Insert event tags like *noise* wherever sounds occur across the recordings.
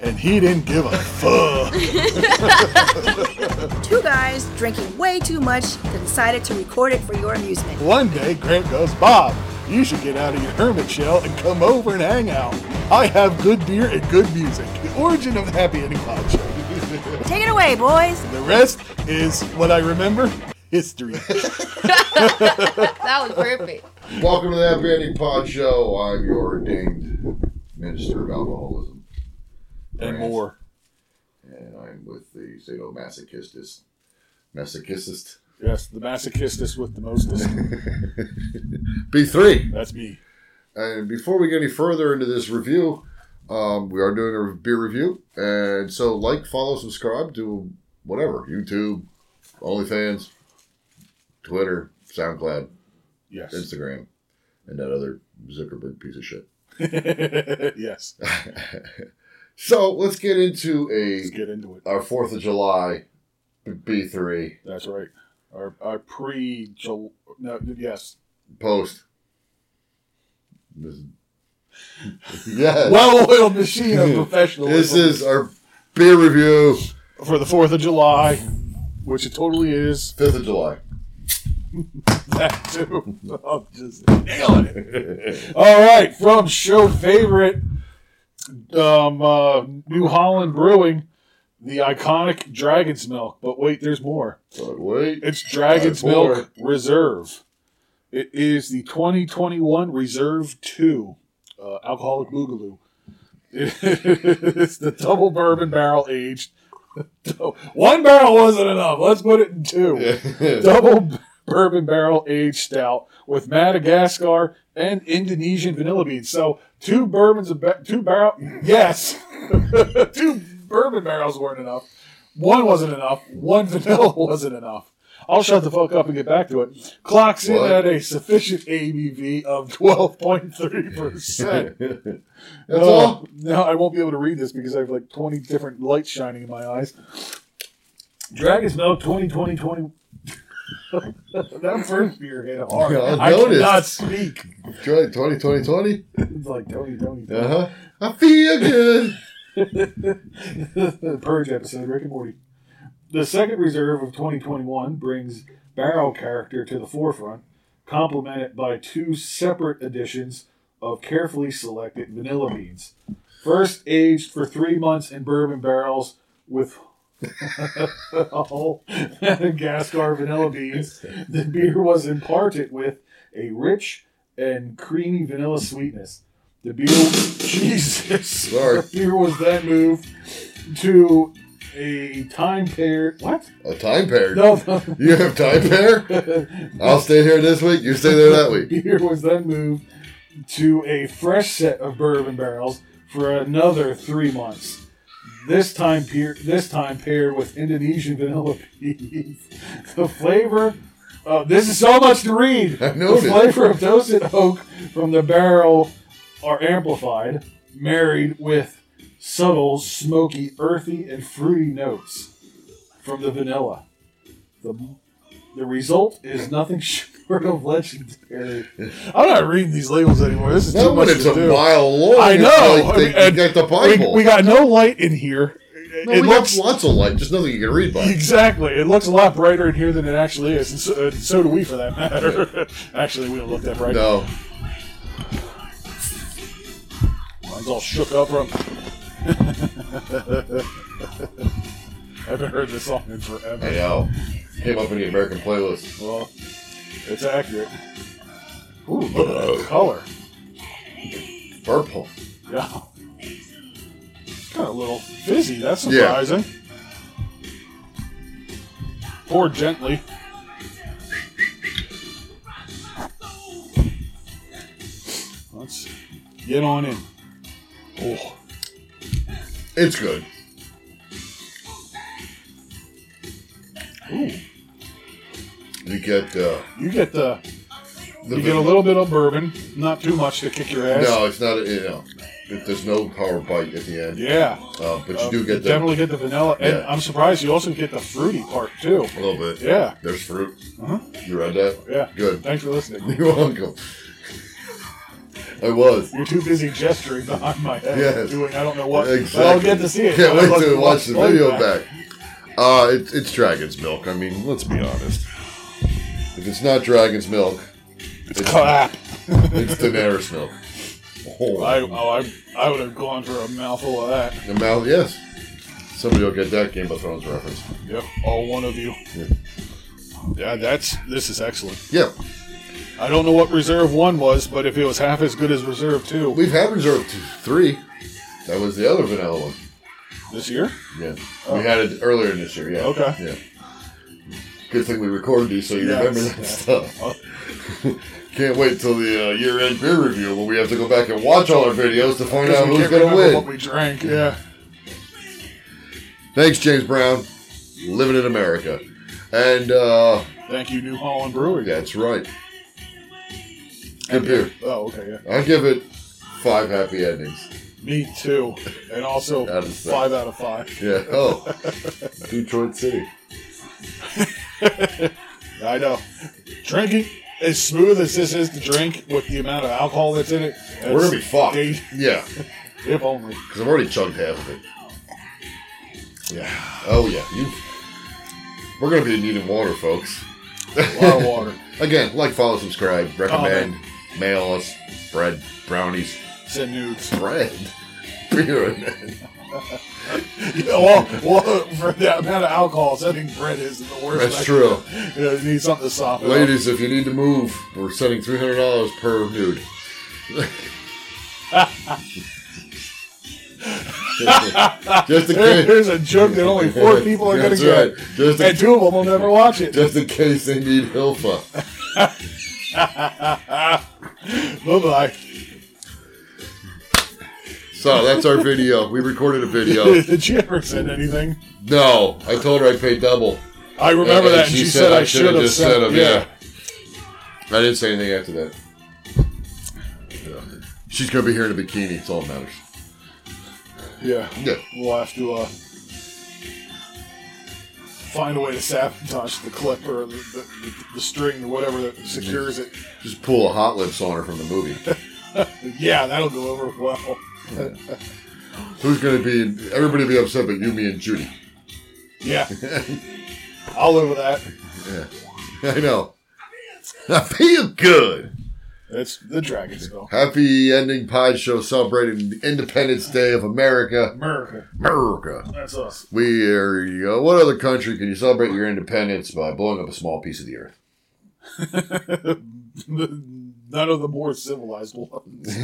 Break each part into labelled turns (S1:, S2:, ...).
S1: and he didn't give a fuck.
S2: Two guys drinking way too much that decided to record it for your amusement.
S1: One day, Grant goes, Bob, you should get out of your hermit shell and come over and hang out. I have good beer and good music. The origin of the Happy Ending Pod Show. *laughs*
S2: Take it away, boys.
S1: the rest is what I remember history.
S3: That was perfect.
S4: Welcome to the Happy Ending Pod Show. I'm your ordained minister of alcoholism,
S1: and more.
S4: and I'm with the sadomasochistist. Masochistist. *laughs*
S1: Yes, the masochistist with the mostest.
S4: B3.
S1: That's me.
S4: And before we get any further into this review, um, we are doing a beer review. And so, like, follow, subscribe to whatever YouTube, OnlyFans, Twitter, SoundCloud,
S1: Yes.
S4: Instagram, and that other Zuckerberg piece of shit.
S1: *laughs* yes.
S4: So, let's get into
S1: Let's
S4: a
S1: get into it.
S4: our 4th of July B3.
S1: That's right. Our, our pre no yes.
S4: *laughs* Post. This- *laughs* yes.
S1: Well oiled machine of professionalism.
S4: this is our beer review,
S1: for the Fourth of July, which it totally is. *laughs*
S4: 5th of *laughs* July.
S1: That too. I'm just nailing it. All right, from show favorite, um, uh, New Holland Brewing, the iconic Dragon's Milk. But wait, there's more.
S4: But *laughs* wait.
S1: It's Dragon's
S4: All right,
S1: Milk Reserve. It is the 2021 Reserve 2 uh, Alcoholic Boogaloo. *laughs* it's the double bourbon barrel aged. *laughs* One barrel wasn't enough. Let's put it in two. Double *laughs* bourbon barrel aged stout with Madagascar and Indonesian vanilla beans. So two bourbons, a ba- two barrel. *laughs* Yes, two bourbon barrels weren't enough. One wasn't enough. One *laughs* vanilla wasn't enough. I'll shut the fuck up and get back to it. Clocks
S4: What?
S1: in at a sufficient ABV of twelve point three
S4: *laughs*
S1: percent.
S4: That's
S1: Oh,
S4: all.
S1: No, I won't be able to read this because I have like 20 different lights shining in my eyes. Dragon's Milk 2020 20. *laughs* that first beer hit hard.
S4: Yeah, I
S1: I
S4: noticed.
S1: cannot speak.
S4: July 20, 2020.
S1: It's like Tony, Tony,
S4: Uh huh. I feel good.
S1: the *laughs* Purge episode, Rick and Morty. The second reserve of 2021 brings barrel character to the forefront, complemented by two separate additions of carefully selected vanilla beans. First aged for three months in bourbon barrels with *laughs* whole Madagascar vanilla beans, the beer was imparted with a rich and creamy vanilla sweetness. The beer, *laughs* Jesus,
S4: Sorry.
S1: the beer was then moved to a time pair. What?
S4: A time pair.
S1: No, the
S4: You have time pair?
S1: *laughs*
S4: I'll stay here this week. You stay there that week.
S1: beer was then moved to a fresh set of bourbon barrels for another three months. This time, peer, this time paired with Indonesian vanilla peas. *laughs* The flavor. Uh, this is so much to read.
S4: I
S1: The
S4: noticed.
S1: flavor of toasted oak from the barrel are amplified, married with subtle, smoky, earthy, and fruity notes from the vanilla. The, the result is nothing *laughs* short of legendary. I'm not reading these labels anymore. This is
S4: That
S1: too much
S4: one, it's
S1: to
S4: a
S1: do.
S4: mile long.
S1: I
S4: It's
S1: know.
S4: Like
S1: I
S4: they,
S1: mean, and
S4: you got the
S1: We,
S4: Bible.
S1: we got no light in here.
S4: no,
S1: it
S4: we
S1: looks
S4: got lots of light, just nothing you can read
S1: *laughs*
S4: by.
S1: Exactly. It looks a lot brighter in here than it actually is, and so, and so do we, for that matter. *laughs* actually, we don't look that bright.
S4: No.
S1: Mine's all shook up from. *laughs* I haven't heard this song in
S4: I
S1: forever.
S4: know. Came up in the American playlist.
S1: Well, it's accurate. Ooh, look at that color.
S4: Purple.
S1: Yeah. It's kind of a little fizzy. That's
S4: Yeah.
S1: surprising. Pour gently. Let's get on in. Oh,
S4: It's good. You get uh,
S1: You get the
S4: the
S1: you get a little bit of bourbon, not too much to kick your ass.
S4: no, it's not. You know, it, there's no power bite at the end.
S1: Yeah.
S4: Uh, but you do
S1: You
S4: get the,
S1: definitely get the vanilla, and
S4: Yeah.
S1: I'm surprised you also get the fruity part too.
S4: a little bit.
S1: Yeah.
S4: There's fruit.
S1: Uh-huh.
S4: You read that? *laughs*
S1: Yeah.
S4: Good.
S1: Thanks for listening.
S4: You're welcome. I was.
S1: You're too busy gesturing behind my head,
S4: Yes.
S1: doing I don't know what.
S4: Exactly.
S1: I'll get to see it.
S4: Can't
S1: I'd
S4: wait
S1: love
S4: to watch the video
S1: playback.
S4: back. Uh, it's it's dragon's milk. I mean, let's be honest. If it's not dragon's milk, it's,
S1: Clap.
S4: it's Daenerys milk. Oh,
S1: I, oh, I, I would have gone for a mouthful of that.
S4: the mouth, yes. Somebody will get that Game of Thrones reference.
S1: Yep, all one of you. Yeah, that's this is excellent.
S4: Yeah,
S1: I don't know what Reserve One was, but if it was half as good as Reserve Two
S4: we've had Reserve t- three. That was the other vanilla one.
S1: this year,
S4: Yeah, we had it earlier this year. Yeah.
S1: Oh. Okay.
S4: Yeah. Good thing we recorded you, so you
S1: Yes. Oh.
S4: remember that stuff. *laughs* Can't wait till the uh, year-end beer review when we have to go back and watch all our videos to find out
S1: we
S4: who's
S1: can't
S4: going to
S1: remember
S4: win.
S1: what we drank. Yeah,
S4: Thanks, James Brown. Living in America, and uh,
S1: thank you, New Holland Brewery.
S4: that's right. Good beer.
S1: Oh, okay. Yeah.
S4: I give it five happy endings.
S1: Me too, and also
S4: That is that.
S1: five out of five.
S4: Yeah.
S1: *laughs*
S4: Oh, Detroit City.
S1: I know. Drinking as smooth as this is to drink with the amount of alcohol that's in it,
S4: We're gonna be
S1: that's-
S4: fucked.
S1: they-
S4: Yeah,
S1: If only.
S4: because I've already chugged half of it. Yeah. Oh yeah. You. We're gonna be needing water, folks.
S1: A lot of water.
S4: Again, like, follow, subscribe, recommend,
S1: Oh, man.
S4: mail us bread, brownies,
S1: Send nudes. *laughs*
S4: bread, *laughs* beer, and
S1: well, well, for the amount of alcohol, sending bread is the worst.
S4: That's
S1: I-
S4: true.
S1: You know, you need something to soften. it up. *laughs*
S4: Ladies, if you need to move, we're sending three hundred dollars per
S1: *laughs*
S4: nude. just in
S1: There-
S4: case,
S1: there's a joke that only four people are going to
S4: That's
S1: get,
S4: right. Just
S1: and
S4: in,
S1: two of them will never watch it.
S4: just in case they need Hilfa.
S1: Bye bye.
S4: So that's our video. We recorded a
S1: *laughs*
S4: video.
S1: Did she ever send anything?
S4: No, I told her I paid double.
S1: I remember that, and she, said, I should have
S4: just
S1: sent.
S4: said 'em,
S1: yeah.
S4: I didn't say anything after that. Yeah. She's gonna be here in a bikini. It's all that matters.
S1: yeah,
S4: Yeah.
S1: We'll have to uh, find a way to sabotage the clip or the, the, the, the string or whatever that secures it.
S4: Just pull a hot lips on her from the movie.
S1: Yeah, that'll go over well.
S4: Who's gonna be? Everybody be upset, but you, me, and Judy. *laughs*
S1: Yeah, I'll live with that.
S4: I know. I feel good.
S1: That's the dragon spell.
S4: Happy ending pod show celebrating the Independence Day of America.
S1: America,
S4: America.
S1: that's us.
S4: We are. You know, what other country can you celebrate your independence by blowing up a small piece of the earth?
S1: *laughs*
S4: *laughs*
S1: None of the more civilized ones.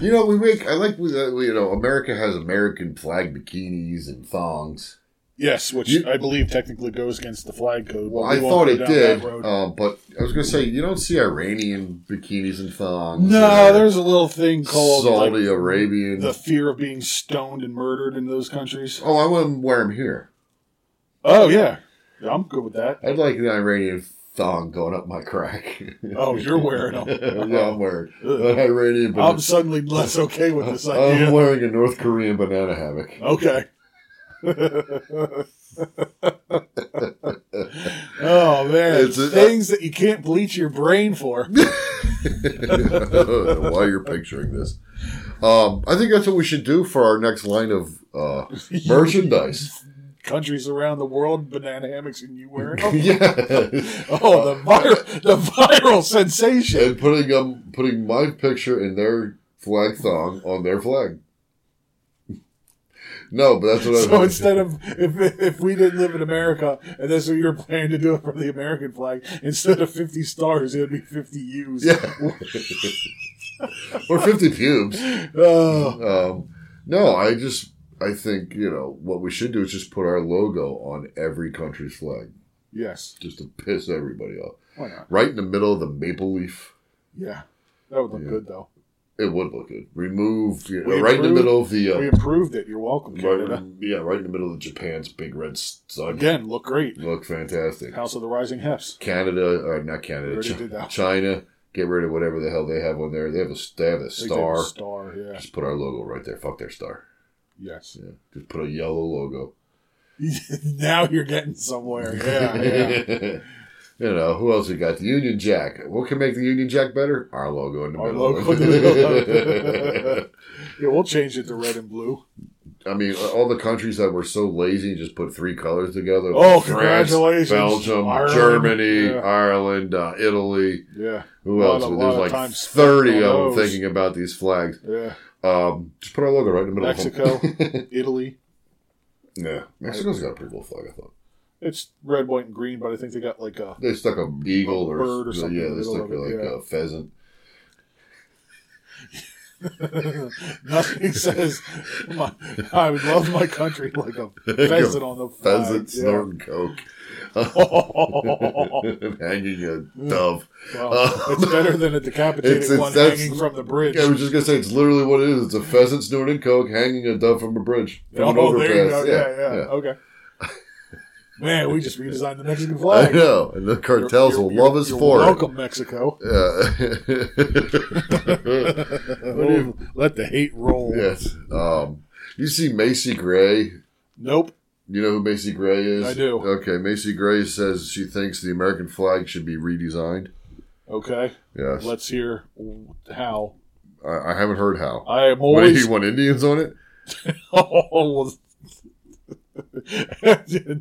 S4: You know, we make. I like. We, uh, we- you know, America has American flag bikinis and thongs.
S1: Yes, which
S4: You-
S1: I believe technically goes against the flag code. but
S4: Well,
S1: we
S4: I
S1: won't
S4: thought
S1: go
S4: it
S1: down
S4: did,
S1: that road.
S4: um, but I was gonna say you don't see Iranian bikinis and thongs.
S1: no,
S4: or
S1: there's a little thing called like,
S4: Saudi Arabian.
S1: the fear of being stoned and murdered in those countries.
S4: Oh, I wouldn't wear them here.
S1: Oh yeah, Yeah, I'm good with that.
S4: I'd like an Iranian thong going up my crack. *laughs*
S1: Oh, you're wearing *laughs* them.
S4: yeah, I'm wearing an Iranian
S1: I'm
S4: banana.
S1: suddenly less okay with *laughs* this
S4: I'm,
S1: idea.
S4: wearing a North Korean banana hammock.
S1: Okay. *laughs* oh man,
S4: It's a-
S1: things that you can't bleach your brain *laughs* for.
S4: While you're picturing this. Um, I think that's what we should do for our next line of uh, merchandise. *laughs*
S1: Countries around the world, banana hammocks, and you wearing them. *laughs*
S4: yeah.
S1: Oh, the viral, the viral sensation.
S4: And putting um, putting my picture in their flag thong on their flag. No, but that's what I
S1: So instead of if, if we didn't live in America and that's what you're planning to do it from the American flag, instead of 50 stars, it would be 50 U's.
S4: *laughs* Yeah. or 50 pubes.
S1: *coughs* Oh,
S4: Um, no, I just I think you know what we should do is just put our logo on every country's flag,
S1: yes.
S4: just to piss everybody off.
S1: Why not?
S4: Right in the middle of the maple leaf.
S1: Yeah. That would look
S4: Yeah.
S1: good though.
S4: It would look good. Remove you know,
S1: We
S4: right in the
S1: improved-
S4: middle of the uh,
S1: We improved it. You're welcome,
S4: right
S1: Canada.
S4: in, yeah, right in the middle of Japan's big red sun.
S1: Again, look great.
S4: Look fantastic.
S1: House of the Rising Hefts.
S4: Canada or not
S1: We
S4: Canada,
S1: already
S4: Chi-
S1: did that.
S4: China. Get rid of whatever the hell they have on there. They have a they have a
S1: I think they have
S4: star.
S1: a Star, yeah.
S4: Just put our logo right there. Fuck their star.
S1: Yes. *laughs*
S4: Yeah. Just put a yellow logo.
S1: now you're getting somewhere. Yeah, yeah. *laughs*
S4: *laughs* you know who else we got? The Union Jack. What can make the Union Jack better? Our logo in the
S1: Our
S4: middle.
S1: logo in the
S4: *laughs*
S1: middle. *laughs* yeah, we'll change it to red and blue.
S4: I mean, all the countries that were so lazy just put three colors together.
S1: Oh,
S4: France,
S1: congratulations.
S4: Belgium,
S1: Ireland.
S4: Germany,
S1: Yeah.
S4: Ireland, uh, Italy.
S1: Yeah, A
S4: Who
S1: lot
S4: else?
S1: of- lot
S4: There's
S1: of
S4: like
S1: time spent
S4: thirty
S1: on
S4: of them
S1: those.
S4: thinking about these flags.
S1: yeah.
S4: Um, just put our logo right in the middle.
S1: Mexico,
S4: Of them.
S1: Italy.
S4: *laughs* yeah, Mexico's got a pretty cool flag. I thought
S1: It's red, white, and green, but I think they got like a. *laughs*
S4: they stuck a eagle or,
S1: Bird or something
S4: yeah,
S1: in
S4: they
S1: the middle
S4: stuck
S1: of it,
S4: like
S1: yeah.
S4: a pheasant.
S1: Nothing says my, I would love my country *laughs* like a pheasant on the flag.
S4: Pheasant
S1: Uh, Yeah.
S4: snorting coke, *laughs*
S1: *laughs* wow.
S4: hanging
S1: Mm.
S4: a dove.
S1: it's better
S4: *laughs*
S1: than a decapitated
S4: Uh, It's- it's-
S1: one
S4: that's-
S1: hanging from the bridge.
S4: Yeah, I was just gonna say it's literally what it is. It's a pheasant snorting coke, hanging a dove from a bridge, from an
S1: oh, *laughs* there you go.
S4: overpass.
S1: Yeah, yeah.
S4: *laughs*
S1: Okay. Man, we just redesigned the Mexican
S4: I
S1: flag.
S4: know, and the
S1: You're-
S4: cartels
S1: you're-
S4: will
S1: you're-
S4: love us
S1: you're
S4: for
S1: Welcome,
S4: *laughs*
S1: Mexico.
S4: it. Yeah. *laughs* What do you-
S1: We'll let the hate roll.
S4: yes. Um, you see Macy Gray.
S1: Nope.
S4: You know who Macy Gray is?
S1: I do.
S4: Okay, Macy Gray says she thinks the American flag should be redesigned.
S1: Okay.
S4: Yes,
S1: Let's hear how.
S4: I, I haven't heard how.
S1: I am
S4: What *laughs* do
S1: always.
S4: you want Indians on it?
S1: *laughs* Oh, well,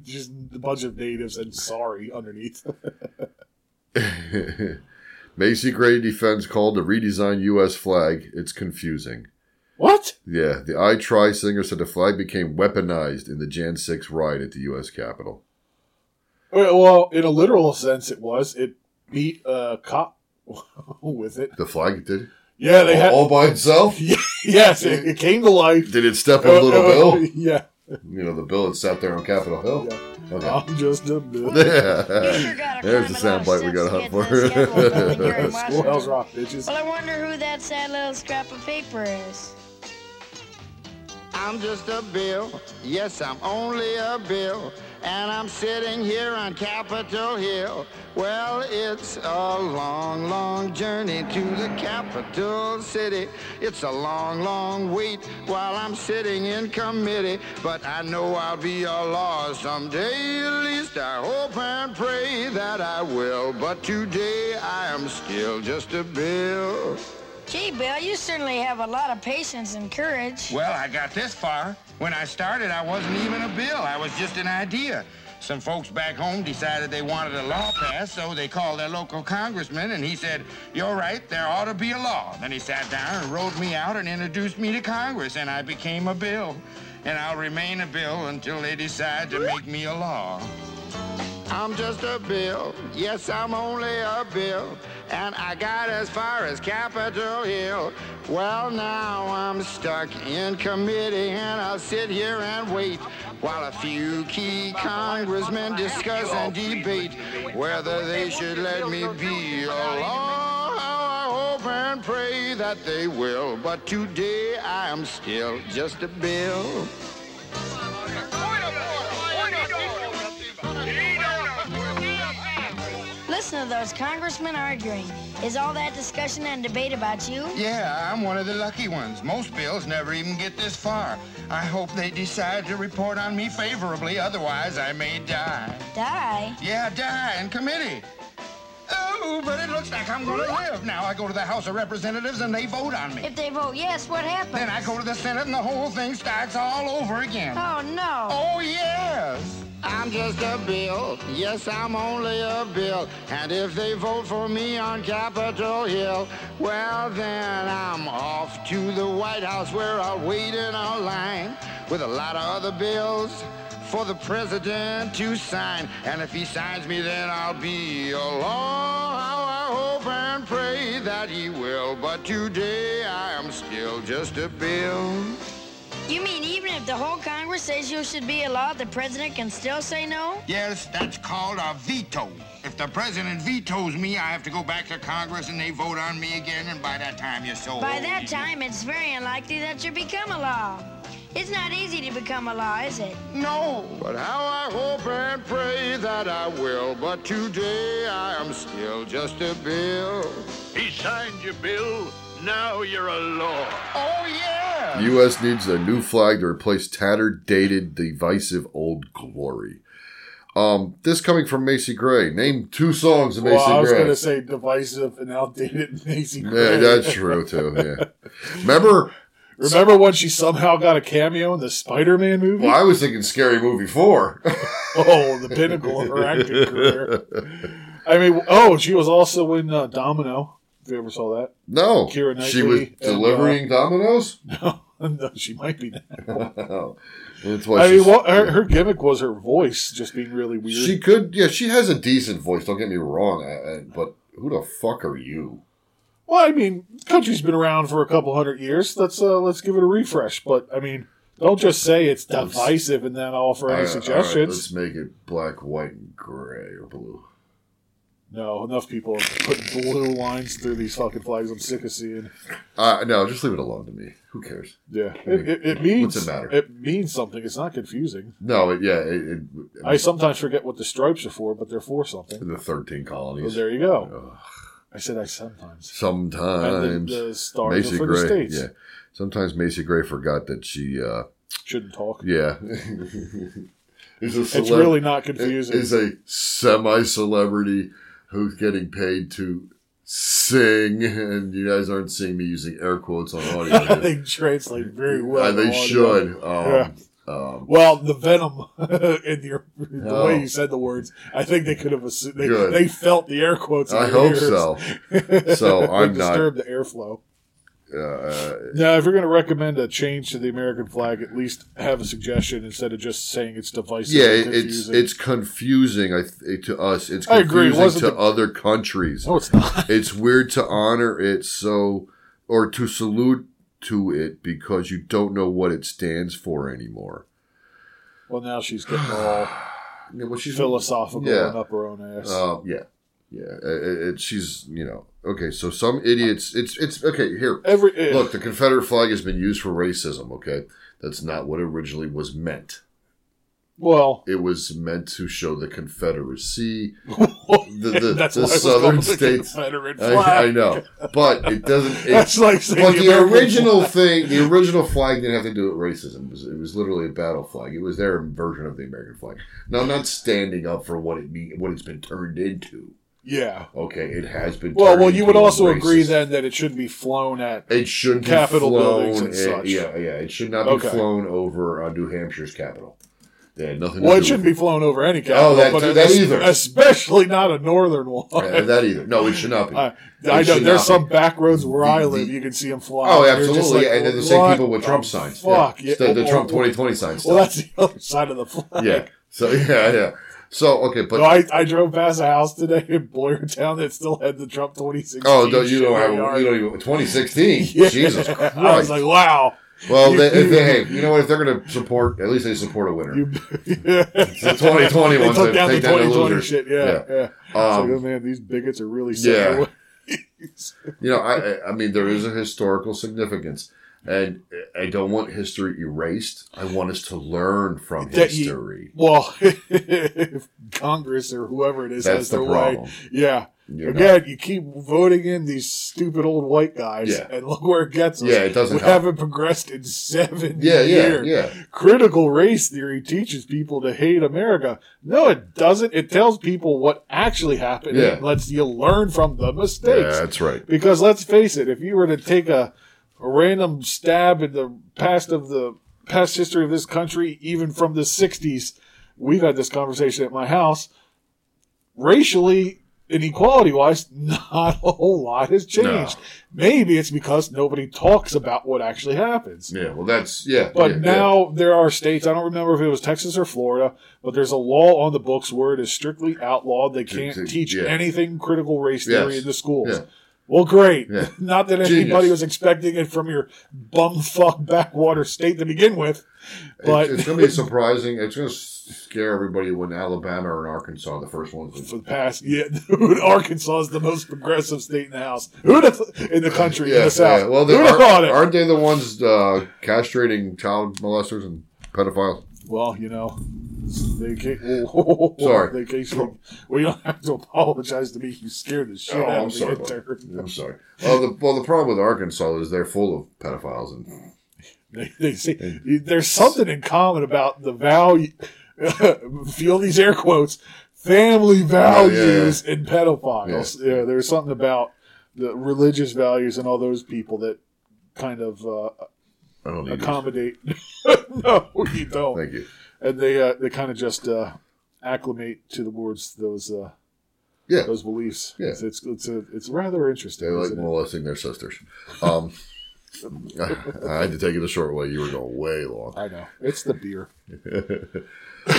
S1: just a bunch of natives and sorry underneath. *laughs*
S4: *laughs* Macy Gray defends call to redesign U.S. flag. It's confusing.
S1: What?
S4: Yeah, the I Try singer said the flag became weaponized in the Jan 6 riot at the U.S. Capitol.
S1: Well, well, in a literal sense, it was. It beat a cop *laughs* with it.
S4: The flag did?
S1: Yeah, they had.
S4: all by itself?
S1: *laughs* yes, it, it came to life.
S4: Did it step on
S1: *laughs*
S4: Little
S1: Uh, uh,
S4: Bill?
S1: Yeah.
S4: You know, the bill that sat there on Capitol Hill? Okay.
S1: I'm just a *laughs* bill.
S4: *laughs* There's
S5: There's
S4: the
S5: the
S4: soundbite
S5: soundbite
S4: we
S5: we
S4: gotta
S5: got
S4: hunt
S5: hunt
S4: for. *laughs*
S5: for.
S1: School House Rock, bitches.
S5: Well, I wonder who that sad little scrap of paper is.
S6: I'm just a bill. Yes, I'm only a bill. And I'm sitting here on Capitol Hill. Well, it's a long, long journey to the capital city. It's a long, long wait while I'm sitting in committee. But I know I'll be a law someday. At least I hope and pray that I will. But today I am still just a bill.
S5: Gee, Bill, you certainly have a lot of patience and courage.
S6: Well, I got this far. When I started, I wasn't even a bill. I was just an idea. Some folks back home decided they wanted a law passed, so they called their local congressman, and he said, You're right, there ought to be a law. Then he sat down and rode me out and introduced me to Congress, and I became a bill. And I'll remain a bill until they decide to make me a law. I'm just a bill. Yes, I'm only a bill. And I got as far as Capitol Hill. Well, now I'm stuck in committee and I'll sit here and wait while a few key congressmen discuss and debate whether they should let me be a law. How I hope and pray that they will. But today I am still just a bill.
S5: Listen to those congressmen arguing. Is all that discussion and debate about you?
S6: Yeah, I'm one of the lucky ones. Most bills never even get this far. I hope they decide to report on me favorably, otherwise I may die.
S5: Die?
S6: Yeah, die in committee. Oh, but it looks like I'm gonna live. Now I go to the House of Representatives and they vote on me.
S5: If they vote yes, what happens?
S6: Then I go to the Senate and the whole thing starts all over again.
S5: Oh, no.
S6: Oh, yes. I'm just a bill. Yes, I'm only a bill. And if they vote for me on Capitol Hill, well, then I'm off to the White House where I'll wait in a line with a lot of other bills for the president to sign. And if he signs me, then I'll be alone. How I hope and pray that he will. But today I am still just a bill.
S5: You mean even if the whole Congress says you should be a law, the president can still say no?
S6: Yes, that's called a veto. If the president vetoes me, I have to go back to Congress and they vote on me again, and by that time you're so
S5: By
S6: old.
S5: that time, it's very unlikely that you become a law. It's not easy to become a law, is it?
S6: No. But how I hope and pray that I will. But today I am still just a bill.
S7: He signed your bill. Now you're a law.
S6: Oh, yeah.
S4: The U.S. needs a new flag to replace tattered, dated, divisive old glory. Um, this coming from Macy Gray. Name two songs of Macy
S1: Well, I was
S4: Gray.
S1: going to say divisive and outdated *laughs* Macy
S4: yeah,
S1: Gray.
S4: that's true too. Yeah,
S1: *laughs*
S4: remember?
S1: Remember when she somehow got a cameo in the Spider-Man movie?
S4: Well, I was thinking Scary Movie Four.
S1: *laughs*
S4: *laughs*
S1: Oh, the pinnacle of her acting career. I mean, oh, she was also in uh, Domino. If you ever saw that, *laughs*
S4: no,
S1: Keira Knightley
S4: she was
S1: and, uh,
S4: delivering *laughs* dominoes.
S1: no, she might be. That.
S4: That's why
S1: I mean,
S4: she's-
S1: well, her, her gimmick was her voice just being really weird.
S4: She could, yeah, she has a decent voice. Don't get me wrong, I, I, but who the fuck are you?
S1: well, I mean, country's been around for a couple hundred years. Let's uh, let's give it a refresh. But I mean, don't just say it's divisive and then offer any
S4: All right, all right, let's
S1: suggestions.
S4: make it black, white, and gray or blue.
S1: no, enough people are putting blue lines through these fucking flags. I'm sick of seeing.
S4: Uh, no, just leave it alone to me. Who cares?
S1: Yeah, it, it, it means
S4: What's it matter?
S1: means something. It's not confusing.
S4: No, it, yeah, it, it,
S1: I sometimes forget what the stripes are for, but they're for something.
S4: the thirteen
S1: Well,
S4: colonies.
S1: there you go. I said I sometimes. And
S4: Sometimes
S1: the- the stars
S4: Macy
S1: are for the
S4: Gray,
S1: states.
S4: yeah. Sometimes Macy Gray forgot that she, uh,
S1: Shouldn't talk.
S4: yeah, *laughs* is a
S1: It's
S4: celeb-
S1: really not confusing.
S4: Is a semi-celebrity who's getting paid to sing, and you guys aren't seeing me using air quotes on
S1: *laughs*
S4: audio.
S1: I think translate *laughs* very well.
S4: Uh,
S1: on
S4: they
S1: audio.
S4: should. Um,
S1: Yeah. Well, the venom *laughs* in your the
S4: No.
S1: way you said the words, I think they could have assumed they,
S4: Oh. Good.
S1: they felt the air quotes. In
S4: I
S1: your
S4: hope
S1: ears. *laughs*
S4: so. So
S1: They
S4: I'm not.
S1: disturbed the airflow.
S4: Uh,
S1: Now, if you're going to recommend a change to the American flag, at least have a suggestion instead of just saying it's divisive.
S4: yeah,
S1: and
S4: it's
S1: confusing.
S4: it's confusing. I th- to us, it's
S1: I agree, it
S4: confusing to
S1: wasn't Oh. the-
S4: other countries.
S1: no, it's not.
S4: it's weird to honor it so or to salute to it because you don't know what it stands for anymore.
S1: *laughs* Well, now she's getting all
S4: Yeah, well, *sighs* she's
S1: philosophical
S4: Yeah.
S1: and up her own ass.
S4: Uh, yeah, yeah. uh, It, it, she's you know okay. So some idiots. It's it's okay. Here,
S1: Every eh,
S4: look. The Confederate flag has been used for racism. Okay, that's not what originally was meant.
S1: Well, *laughs*
S4: It was meant to show the Confederacy, the, the,
S1: *laughs* that's
S4: the
S1: why it was
S4: southern
S1: called the
S4: states.
S1: Confederate
S4: I, I
S1: flag.
S4: know, but it doesn't.
S1: *laughs*
S4: It,
S1: That's like saying
S4: but
S1: the
S4: the,
S1: American
S4: original thing, the original flag didn't have to do with racism. It was, it was literally a battle flag. It was their version of the American flag. Now, not standing up for what it mean, what it's been turned into.
S1: yeah.
S4: Okay, it has been.
S1: Well,
S4: turned
S1: well, you would
S4: into a
S1: also agree
S4: racist-
S1: then that it should be flown at.
S4: it should
S1: Capitol
S4: be flown,
S1: buildings and
S4: it-
S1: such.
S4: Yeah, yeah, it should not
S1: Okay.
S4: be flown over uh, New Hampshire's capital. They had nothing.
S1: Well,
S4: to
S1: it
S4: do
S1: shouldn't be
S4: with
S1: flown over any capital,
S4: Oh, that-
S1: but
S4: that
S1: es-
S4: either.
S1: especially not a northern one. Uh, *laughs*
S4: Yeah, that either. No, it should not be.
S1: I,
S4: It
S1: I know
S4: should
S1: there's
S4: not
S1: some
S4: be.
S1: back roads where I
S4: The-
S1: live.
S4: the-
S1: You can see them fly.
S4: Oh,
S1: You're just
S4: absolutely,
S1: like,
S4: and then the same
S1: "What
S4: people with
S1: the
S4: Trump signs.
S1: Fuck
S4: yeah. the, the
S1: Oh,
S4: Trump
S1: oh,
S4: 2020 signs.
S1: Well,
S4: yeah.
S1: that's the *laughs* other side of the flag.
S4: yeah. So *laughs* yeah, yeah. So okay, but
S1: No, I, I drove past a house today in Blairtown that still had the Trump 2016.
S4: oh, don't, you
S1: shit in
S4: don't
S1: their
S4: have
S1: yard.
S4: you don't even 2016.
S1: *laughs* Yeah.
S4: Jesus Christ!
S1: I was like, wow.
S4: well,
S1: you-
S4: they, if
S1: you-
S4: they, hey, you know what? If they're going to support, at least they support a winner.
S1: *laughs* they
S4: the 2020 ones
S1: took
S4: that
S1: down the
S4: take down the
S1: 2020
S4: losers.
S1: shit. Yeah, yeah.
S4: Um,
S1: It's like, oh, man, these bigots are really
S4: yeah.
S1: sick.
S4: You know, I, I- I mean, there is a historical significance, and I don't want history erased. I want us to learn from
S1: That you-
S4: history.
S1: *laughs* Well, *laughs* if Congress or whoever it is
S4: That's
S1: has
S4: the
S1: their
S4: problem.
S1: way. Yeah.
S4: You're
S1: Again, you keep voting in these stupid old white guys,
S4: Yeah.
S1: and look where it gets us.
S4: Yeah, it doesn't
S1: We
S4: help.
S1: haven't progressed in seven
S4: Yeah, yeah,
S1: years.
S4: yeah.
S1: Critical race theory teaches people to hate America. No, it doesn't. It tells people what actually happened.
S4: Yeah.
S1: It lets you learn from the mistakes.
S4: Yeah, that's
S1: *laughs*
S4: right.
S1: Because let's face it, if you were to take a, a random stab at the past of the past history of this country, even from the '60s, we've had this conversation at my house. Racially and equality wise, *laughs* not a whole lot has changed. Maybe it's because nobody talks about what actually happens.
S4: Yeah, well, that's yeah.
S1: But
S4: yeah,
S1: now there are states, I don't remember if it was Texas or Florida, but there's a law on the books where it is strictly outlawed. They can't
S4: to-
S1: teach
S4: yeah.
S1: anything critical race theory
S4: Yes.
S1: in the schools.
S4: Yeah.
S1: Well, great.
S4: Yeah.
S1: *laughs* Not that
S4: Genius.
S1: anybody was expecting it from your bumfuck backwater state to begin with, but
S4: it's, it's going to be surprising. It's going to scare everybody when Alabama or Arkansas are the first
S1: *laughs*
S4: ones.
S1: for the past, yeah, dude, Arkansas is the most progressive state in the house, who'd have, in the country, in the South.
S4: Well, they
S1: who'd have
S4: are,
S1: thought it?
S4: aren't they the ones uh, castrating child molesters and pedophiles?
S1: well, you know, they can't. *laughs*
S4: Sorry.
S1: they can't. Well, you don't have to apologize to me. You scared the shit
S4: Oh,
S1: out
S4: I'm
S1: of me.
S4: sorry, bud.
S1: intern.
S4: I'm sorry. Well, the well the problem with Arkansas is they're full of pedophiles and
S1: *laughs* They, they say there's something in common about the value. *laughs* feel these air quotes. Family values in pedophiles. Yeah. there's something about the religious values and all those people that kind of uh,
S4: I don't need it.
S1: accommodate. *laughs* no, you don't.
S4: Thank you.
S1: And they uh, they kind of just uh, acclimate to the words those uh,
S4: Yeah,
S1: those beliefs.
S4: Yeah.
S1: It's it's it's, a, it's rather
S4: they
S1: interesting.
S4: like
S1: isn't it?
S4: molesting their sisters. Um, *laughs* I had to take it the short way. You were going way long.
S1: I know it's the
S4: *laughs*
S1: beer.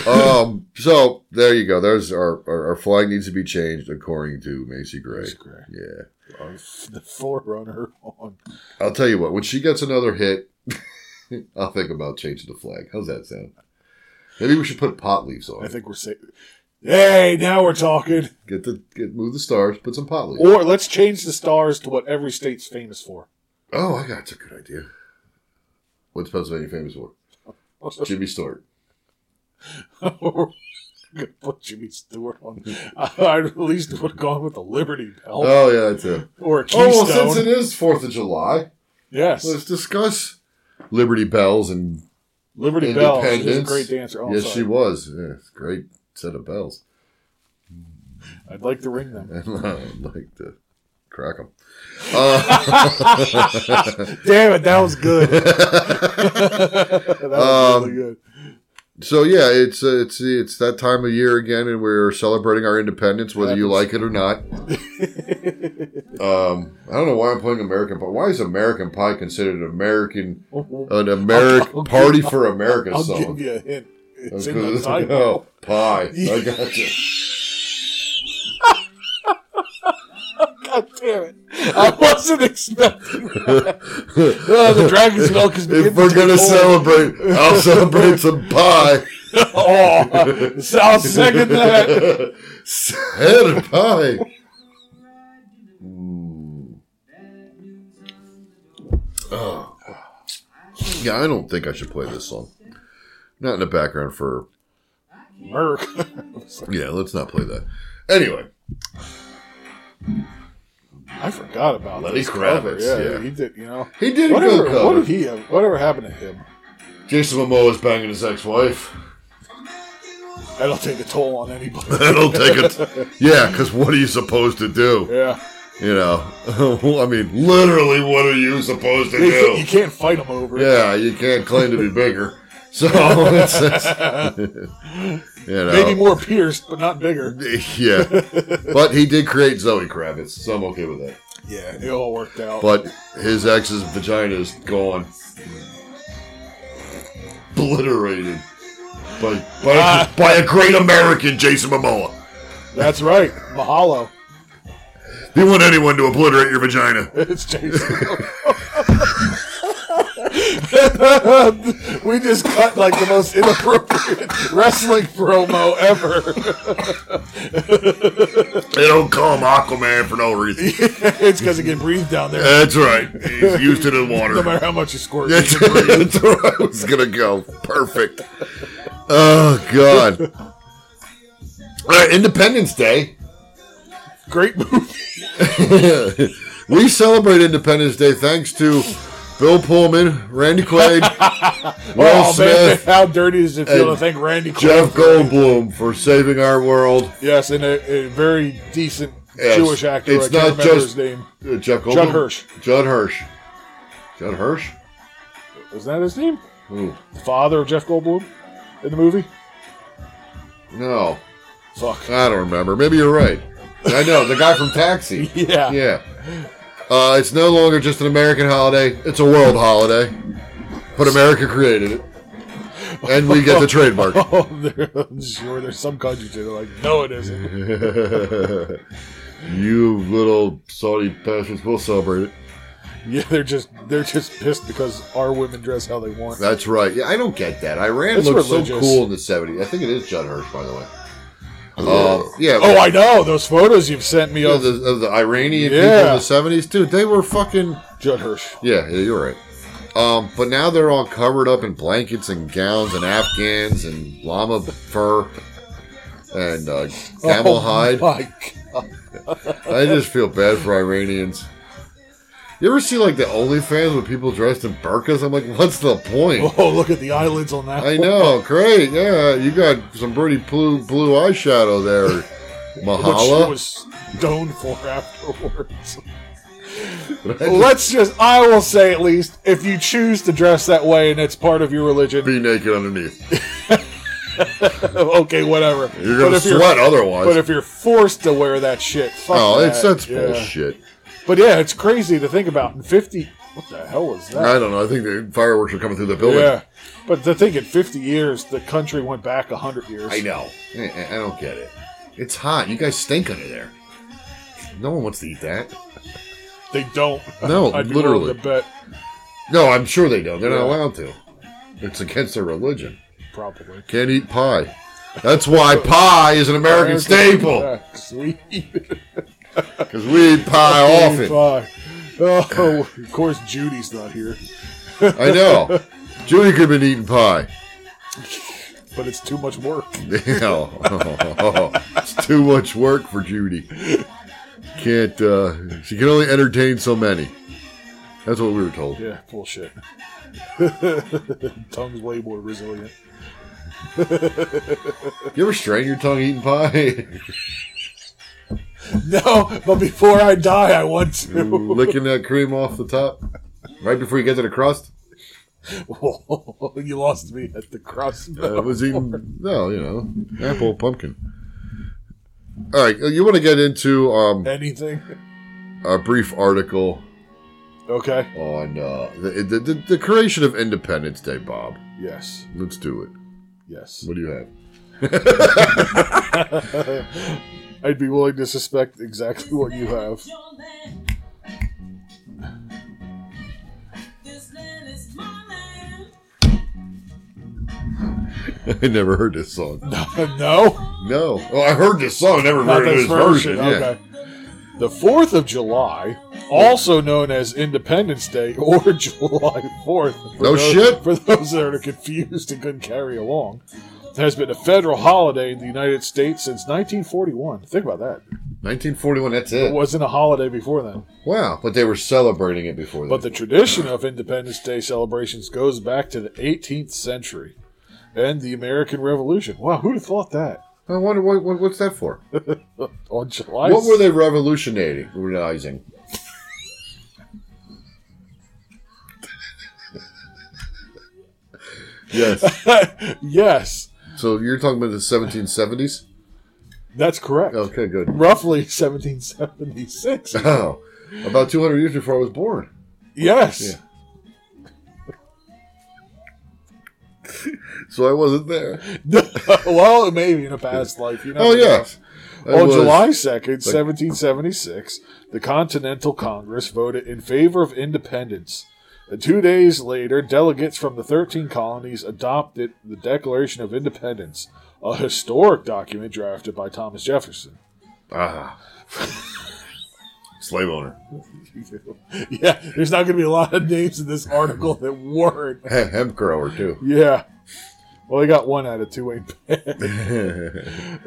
S4: um, so there you go. There's our, our our flag needs to be changed according to Macy Gray.
S1: Macy Gray.
S4: Yeah,
S1: Uh, *laughs* the forerunner on
S4: I'll tell you what. When she gets another hit, *laughs* I'll think about changing the flag. How's that sound? Maybe we should put pot leaves on.
S1: I
S4: it.
S1: think we're safe. Hey, now we're talking.
S4: Get the get move the stars. Put some pot leaves.
S1: Or let's change the stars to what every state's famous for.
S4: Oh, I got it's a good idea. What's Pennsylvania famous for?
S1: *laughs*
S4: Jimmy Stewart.
S1: Good put Jimmy Stewart on. *laughs* I, I at least would have gone with the Liberty Bell
S4: Oh yeah, that's it.
S1: or a Keystone.
S4: Oh, well, since it is Fourth of July,
S1: yes,
S4: let's discuss Liberty Bells and
S1: Liberty Bell. She's a
S4: Independence.
S1: great dancer. Oh,
S4: yes,
S1: sorry.
S4: she was. Yeah, it's a great set of bells. *laughs*
S1: I'd like to ring them.
S4: I'd like to crack Uh, them.
S1: *laughs* Damn it, that was
S4: *laughs*
S1: good. that was really good.
S4: So yeah, it's uh, it's it's that time of year again, and we're celebrating our independence, whether you like it
S1: *laughs*
S4: or not. um, I don't know why I'm playing American Pie. Why is American Pie considered an American *laughs* an American Party for America
S1: I'll
S4: song?
S1: give you a hint. It's in the
S4: Because-
S1: title.
S4: *laughs* oh, pie. I got you.
S1: *laughs* God damn it. I wasn't expecting that.
S4: *laughs*
S1: Oh, the dragon's milk is beginning
S4: If we're
S1: to
S4: gonna
S1: take hold.
S4: celebrate, I'll celebrate some pie.
S1: *laughs*
S4: *laughs*
S1: Oh, so I'll second that.
S4: Head of pie. Oh. Yeah, I don't think I should play this song. Not in the background for.
S1: Merc.
S4: Yeah, let's not play that. Anyway,
S1: I forgot about
S4: Lenny
S1: this cover.
S4: Kravitz,
S1: Yeah,
S4: yeah.
S1: he did. You know,
S4: he did a
S1: whatever.
S4: good
S1: What
S4: cover.
S1: did he? Have, whatever happened to him?
S4: Jason Momoa is banging his ex-wife. *laughs*
S1: That'll take a toll on
S4: *laughs*
S1: anybody.
S4: That'll take it. Yeah, because what are you supposed to do?
S1: yeah,
S4: You know, *laughs* I mean, literally, what are you supposed to
S1: They
S4: do?
S1: can't- you can't fight him over. it.
S4: Yeah, you can't claim to be bigger. *laughs* So it's, it's- *laughs* you know, *laughs*
S1: maybe more pierced, but not bigger.
S4: Yeah, but he did create Zoe Kravitz, so I'm okay with that.
S1: Yeah, it all worked out.
S4: But his ex's vagina is gone, obliterated by by,
S1: Ah.
S4: a, by a great American, Jason Momoa.
S1: *laughs* That's right. Mahalo.
S4: You want anyone to obliterate your vagina?
S1: *laughs* It's
S4: *laughs*
S1: Jason. we just cut like the most inappropriate *laughs* wrestling promo ever. *laughs*
S4: They don't call him Aquaman for
S1: *laughs*
S4: no reason.
S1: it's because it can breathe down there.
S4: That's right. He's used to the water.
S1: *laughs* No matter how much you squirt. you
S4: *laughs* That's,
S1: can breathe.
S4: that's where I was gonna go. Perfect. Oh God. All right, Independence Day. *clears throat*
S1: Great movie.
S4: we celebrate Independence Day thanks to Bill Pullman,
S1: *laughs*
S4: Randy Quaid, Will
S1: Oh, man,
S4: Smith,
S1: how dirty does it feel to
S4: and
S1: thank Randy Quaid?
S4: Jeff Goldblum for saving our world.
S1: Yes, and a, a very decent
S4: Yes.
S1: Jewish actor.
S4: It's
S1: I can't
S4: not
S1: remember
S4: just-
S1: his name.
S4: Uh, Jeff Goldblum.
S1: Judd Hirsch.
S4: Judd Hirsch. Judd Hirsch.
S1: Is that his name?
S4: Ooh,
S1: The father of Jeff Goldblum in the movie?
S4: no,
S1: Fuck. *laughs*
S4: I don't remember. Maybe you're right. I know the guy from Taxi.
S1: Yeah.
S4: Yeah. Uh, it's no longer just an American holiday, it's a world holiday. But America created it. And we get
S1: *laughs*
S4: the trademark. *laughs*
S1: Oh, there- I'm sure there's some countries that are like, no, it isn't.
S4: You little Saudi peasants, we'll celebrate it.
S1: Yeah, they're just they're just pissed because our women dress how they want.
S4: That's right. Yeah, I don't get that. Iran
S1: It's
S4: looked so
S1: religious.
S4: cool in the 70s. I think it is Judd Hirsch, by the way. Uh, yeah.
S1: oh, I know those photos you've sent me
S4: you know,
S1: of
S4: the, of the Iranian
S1: Yeah.
S4: people in the 70s, dude, they were fucking.
S1: Judd Hirsch.
S4: Yeah, yeah, you're right. Um, but now they're all covered up in blankets and gowns and afghans and llama fur and uh,
S1: *laughs*
S4: camel
S1: Oh,
S4: hide.
S1: my God.
S4: I just feel bad for Iranians. You ever see like the OnlyFans with people dressed in burkas? I'm like, what's
S1: *laughs*
S4: the point?
S1: Oh, look at the eyelids on that.
S4: I
S1: one.
S4: know, great, yeah, you got some pretty blue blue eyeshadow there,
S1: *laughs* What she
S4: Mahala.
S1: was stoned for
S4: *laughs*
S1: afterwards. Let's just, I will say at least, if you choose to dress that way and it's part of your religion, *laughs*
S4: *laughs* Be naked underneath.
S1: okay, whatever.
S4: You're gonna
S1: if you're-
S4: sweat otherwise.
S1: But if you're forced to wear that shit, fuck
S4: oh,
S1: that.
S4: it's that's
S1: Yeah.
S4: bullshit.
S1: But yeah, it's crazy to think about. In 50, what the hell was
S4: I
S1: that?
S4: don't know. I think the fireworks are coming through the building.
S1: Yeah. But to think in 50 years, the country went back 100 years.
S4: I know. I, I- I don't get it. It's hot. You guys stink under there. No one wants to eat that.
S1: They don't.
S4: No,
S1: *laughs* I'd be
S4: literally.
S1: willing to bet.
S4: No, I'm sure they don't. They're not
S1: Yeah.
S4: allowed to. It's against their religion.
S1: Probably.
S4: Can't eat pie. That's why pie is an American
S1: *laughs*
S4: staple.
S1: Yeah, Sweet.
S4: Because we eat
S1: *laughs*
S4: pie often.
S1: Fuck. Oh, of course Judy's not here,
S4: I know. Judy could have been eating pie. *laughs*
S1: but it's too much work.
S4: No. *laughs* it's too much work for Judy. Can't, uh, she can only entertain so many. That's what we were told.
S1: Yeah, bullshit. *laughs* Tongue's way more resilient. *laughs*
S4: You ever strain your tongue eating pie? *laughs*
S1: No, but before I die, I want to. *laughs*
S4: licking that cream off the top right before you get to the crust.
S1: you lost me at the cross.
S4: I Uh, was eating, no, you know, apple pumpkin. All right, uh, you want to get into um,
S1: Anything?
S4: a brief article
S1: Okay.
S4: on uh, the, the, the, the creation of Independence Day, Bob.
S1: Yes.
S4: Let's do it.
S1: Yes.
S4: What do you have? *laughs*
S1: I'd be willing to suspect exactly what you have.
S4: I never heard this song.
S1: *laughs*
S4: No.
S1: no.
S4: Oh, I heard this song. I never heard this version. Yeah.
S1: The 4th of July, also known as Independence Day *laughs* or July 4th. for
S4: No
S1: those-
S4: shit.
S1: For those that are confused and couldn't carry along, has been a federal holiday in the United States since 1941. Think about that.
S4: 1941, that's
S1: It
S4: it.
S1: wasn't a holiday before then.
S4: Wow. But they were celebrating it before
S1: But
S4: that.
S1: the tradition of Independence Day celebrations goes back to the 18th century and the American Revolution. Wow, who'd have thought that?
S4: I wonder, what, what, what's that for?
S1: On July
S4: What were they revolutionating? Realizing. yes.
S1: Yes,
S4: So you're talking about the 1770s?
S1: that's correct.
S4: Okay, good.
S1: Roughly
S4: *laughs*
S1: 1776.
S4: Oh, about 200 years before I was born.
S1: Yes.
S4: Yeah. So I wasn't there.
S1: *laughs* well, maybe in a past life, you know.
S4: Oh, yes. I
S1: On
S4: was-
S1: July 2nd, 1776, the Continental Congress voted in favor of independence. And two days later, delegates from the 13 colonies adopted the Declaration of Independence, a historic document drafted by Thomas Jefferson. *laughs*
S4: Ah. Slave owner.
S1: yeah, there's not going to be a lot of names in this article that weren't.
S4: He- Hemp grower, too. *laughs*
S1: Yeah. Well, they got one out of two ain't bad.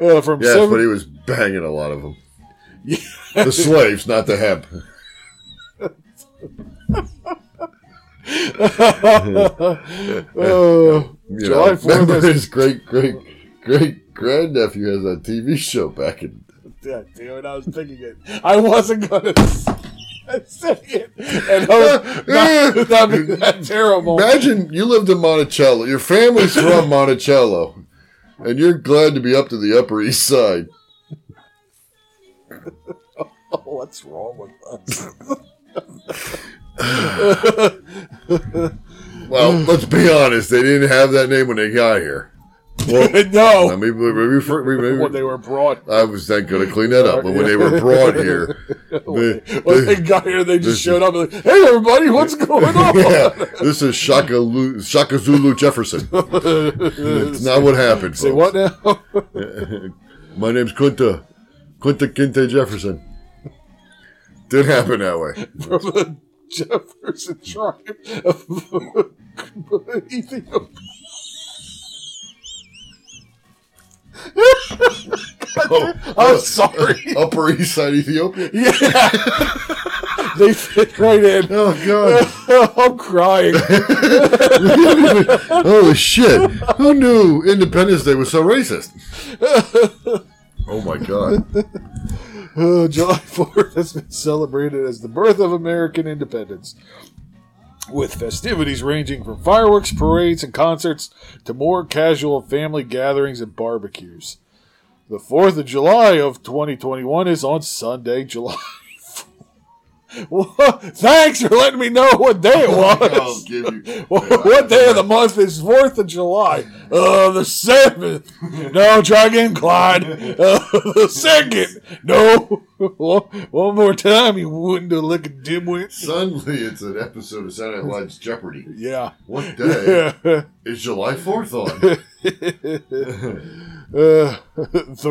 S1: *laughs* Uh, from
S4: Yes,
S1: seven-
S4: but he was banging a lot of them. The slaves, not the hemp.
S1: *laughs* Uh,
S4: You
S1: July
S4: know, *laughs*
S1: 4th
S4: remember
S1: has-
S4: his great great great grandnephew has a TV show back in.
S1: Yeah, damn it, I was thinking it. I wasn't gonna *laughs* say it, and I
S4: *laughs*
S1: was not, *laughs* not being that terrible.
S4: Imagine you lived in Monticello. Your family's from Monticello, and you're glad to be up to the Upper East Side.
S1: *laughs* What's wrong with us? Mm.
S4: Well, let's be honest. They didn't have that name when they got here. Well,
S1: *laughs* no.
S4: I mean, maybe, maybe, for- maybe,
S1: when they were brought.
S4: I was then going to clean that up, but when
S1: *laughs*
S4: they were brought here, the-
S1: When
S4: the- *laughs*
S1: they got here, they just
S4: this-
S1: showed up and like, hey, everybody, what's
S4: *laughs*
S1: going on? *laughs*
S4: yeah, this is Shaka, Lu- Shaka Zulu Jefferson. It's not what happened.
S1: Say
S4: folks.
S1: what now?
S4: My name's Kunta. Kunta Kinte Jefferson. Didn't happen that way.
S1: From the Jefferson tribe of Ethiopia.
S4: Oh,
S1: I'm sorry.
S4: Upper East Side Ethiopia.
S1: Yeah. *laughs* they fit right in.
S4: Oh God!
S1: *laughs* I'm crying. *laughs*
S4: Holy shit! Who knew Independence Day was so racist? Oh my God!
S1: Uh, *laughs* July 4th has been celebrated as the birth of American independence, with festivities ranging from fireworks, parades, and concerts to more casual family gatherings and barbecues. The 4th of July of 2021 is on Sunday, July. *laughs* 4th. Well, Thanks for letting me know what day it
S4: I'll
S1: was.
S4: give you.
S1: *laughs* what day of the month is 4th of July? Uh, the 7th. No, try again, Clyde. Uh, the 2nd. No. One more time, you wouldn't do lick a dimwit.
S4: Suddenly, it's an episode of Saturday Night Live's Jeopardy.
S1: Yeah. *laughs*
S4: What day
S1: uh, *laughs*
S4: is July Fourth on? *laughs*
S1: the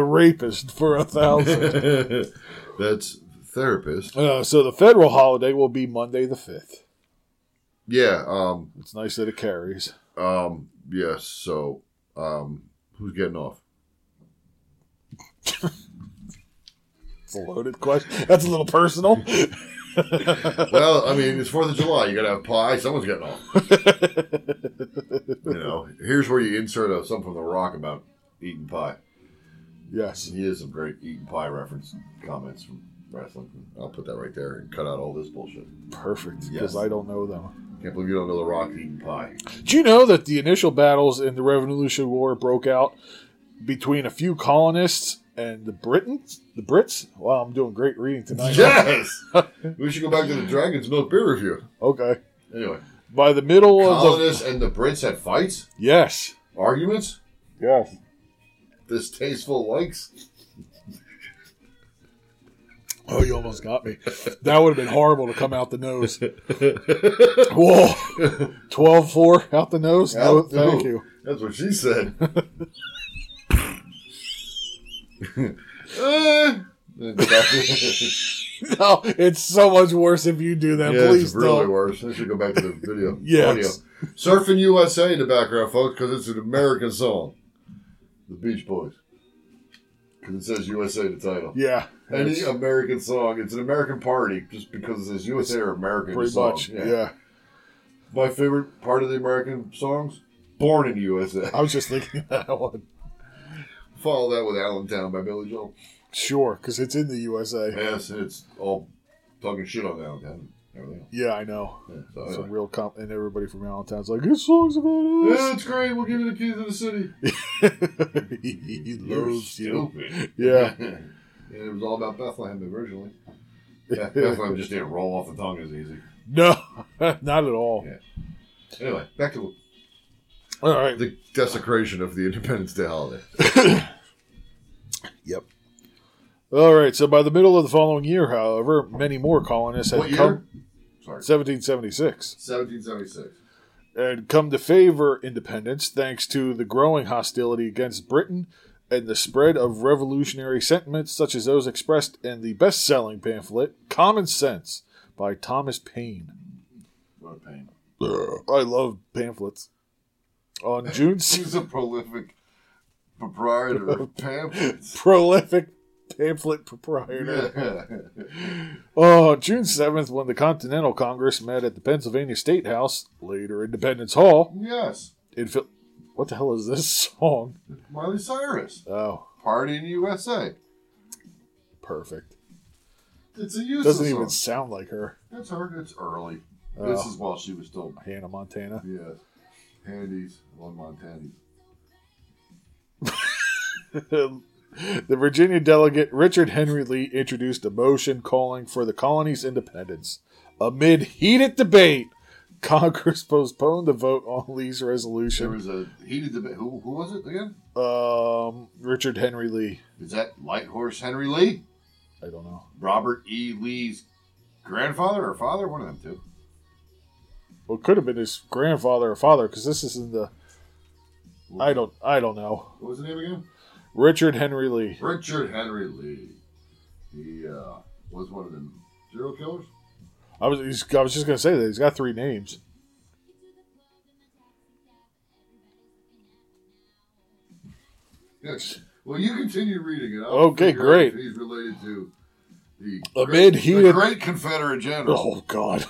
S1: rapist for a thousand.
S4: *laughs* That's therapist.
S1: Uh, so the federal holiday will be Monday the 5th.
S4: Yeah. Um.
S1: It's nice that it carries.
S4: Um. Yes. So. Um. Who's getting off?
S1: It's a loaded question. That's a little personal.
S4: Well, I mean, it's Fourth of July. You gotta have pie. Someone's getting off. you know, here's where you insert a, something from The Rock about eating pie.
S1: yes.
S4: He has some great eating pie reference comments from wrestling. I'll put that right there and cut out all this bullshit.
S1: Perfect. Because
S4: Yes.
S1: I don't know them.
S4: Can't believe you don't know The Rock eating pie.
S1: Do you know that the initial battles in the Revolutionary War broke out between a few colonists and the Britons? The Brits? Wow, I'm doing great reading tonight.
S4: Yes. we should go back to the Dragon's Milk beer review.
S1: Okay.
S4: Anyway,
S1: By the middle of the
S4: colonists and the Brits had fights,
S1: yes,
S4: arguments,
S1: yes.
S4: distasteful likes.
S1: Oh, you almost got me. That would have been horrible to come out the
S4: *laughs*
S1: nose. Whoa, 12-4 out the nose. No,
S4: Out-
S1: Oh, thank
S4: Ooh,
S1: you.
S4: That's what she said.
S1: *laughs*
S4: *laughs* Eh.
S1: No, it's so much worse if you do that.
S4: yeah,
S1: Please
S4: it's really
S1: don't.
S4: worse. I should go back to the video.
S1: *laughs* Yes.
S4: Audio. Surfing USA in the background, folks, because it's an American song. The Beach Boys. Because it says USA in the title.
S1: Yeah,
S4: Any American song, it's an American party just because it says USA or American
S1: pretty
S4: song.
S1: much. yeah,
S4: My favorite part of the American songs? Born in USA.
S1: I was just thinking *laughs* of that one.
S4: Follow that with Allentown by Billy Joel.
S1: Sure, because it's in the USA.
S4: Yes, it's all talking shit on Allentown. and Everything. else.
S1: Yeah, I know.
S4: Oh, Yeah, so
S1: It's a
S4: anyway.
S1: real comp, and everybody from Allentown's like, "This song's about
S4: Yeah,
S1: us."
S4: it's great. We'll give you the keys to the
S1: *laughs*
S4: city.
S1: he, he
S4: You're
S1: loves you.
S4: stupid.
S1: *laughs*
S4: *laughs*
S1: Yeah,
S4: Yeah, it was all about Bethlehem
S1: *laughs*
S4: originally. Beth- Bethlehem just didn't roll off the tongue as easy.
S1: no, *laughs* not at all.
S4: Yeah. Anyway, back to
S1: All right.
S4: the desecration of the Independence Day holiday.
S1: Yep. All right. So by the middle of the following year, however, many more colonists had
S4: What year?
S1: come.
S4: Sorry,
S1: 1776
S4: 1776.
S1: had come to favor independence thanks to the growing hostility against Britain and the spread of revolutionary sentiments such as those expressed in the best-selling pamphlet Common Sense by Thomas Paine.
S4: What a pain.
S1: I love pamphlets. On
S4: *laughs*
S1: June
S4: She's a prolific proprietor
S1: *laughs*
S4: of pamphlets. *laughs*
S1: prolific pamphlet proprietor. Oh, on June 7th, when the Continental Congress met at the Pennsylvania State House, later Independence Hall,
S4: yes,
S1: in Phil- what the hell is this song?
S4: Miley Cyrus.
S1: Oh,
S4: Party in the USA.
S1: perfect.
S4: It's a useless
S1: Doesn't
S4: song.
S1: even Oh. sound like her,
S4: That's her. It's early. This is while she was still
S1: Hannah Montana. *laughs*
S4: yeah, handies on Montana.
S1: the Virginia delegate Richard Henry Lee introduced a motion calling for the colony's independence. Amid heated debate, *laughs* Congress postponed the vote on Lee's
S4: There
S1: resolution.
S4: was a heated debate. Who, who was it again?
S1: Um, Richard Henry Lee.
S4: Is that Light Horse Henry Lee?
S1: I don't know.
S4: Robert E. Lee's grandfather or father? One of them two.
S1: Well, it could have been his grandfather or father because this is in the. I don't. I don't know.
S4: What was the name again?
S1: Richard Henry Lee.
S4: Richard Henry Lee. He uh, was one of the serial killers.
S1: I was. he's- I was just gonna say that he's got three names.
S4: Yes. Well, you continue reading it. I'll
S1: Okay,
S4: figure out
S1: great.
S4: if He's related to the
S1: Amid
S4: great, the
S1: heated-
S4: great Confederate general.
S1: Oh God.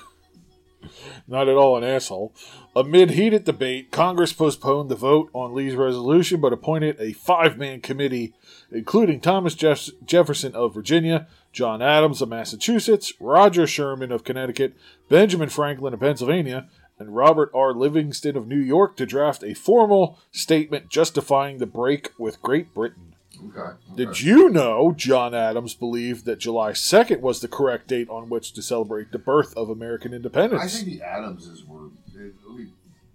S1: Not at all an asshole. Amid heated debate, Congress postponed the vote on Lee's resolution but appointed a five man committee, including Thomas Jeff- Jefferson of Virginia, John Adams of Massachusetts, Roger Sherman of Connecticut, Benjamin Franklin of Pennsylvania, and Robert R. Livingston of New York to draft a formal statement justifying the break with Great Britain.
S4: Okay.
S1: Oh, Did you know John Adams believed that July 2nd was the correct date on which to celebrate the birth of American independence?
S4: I think the Adamses were. they- we-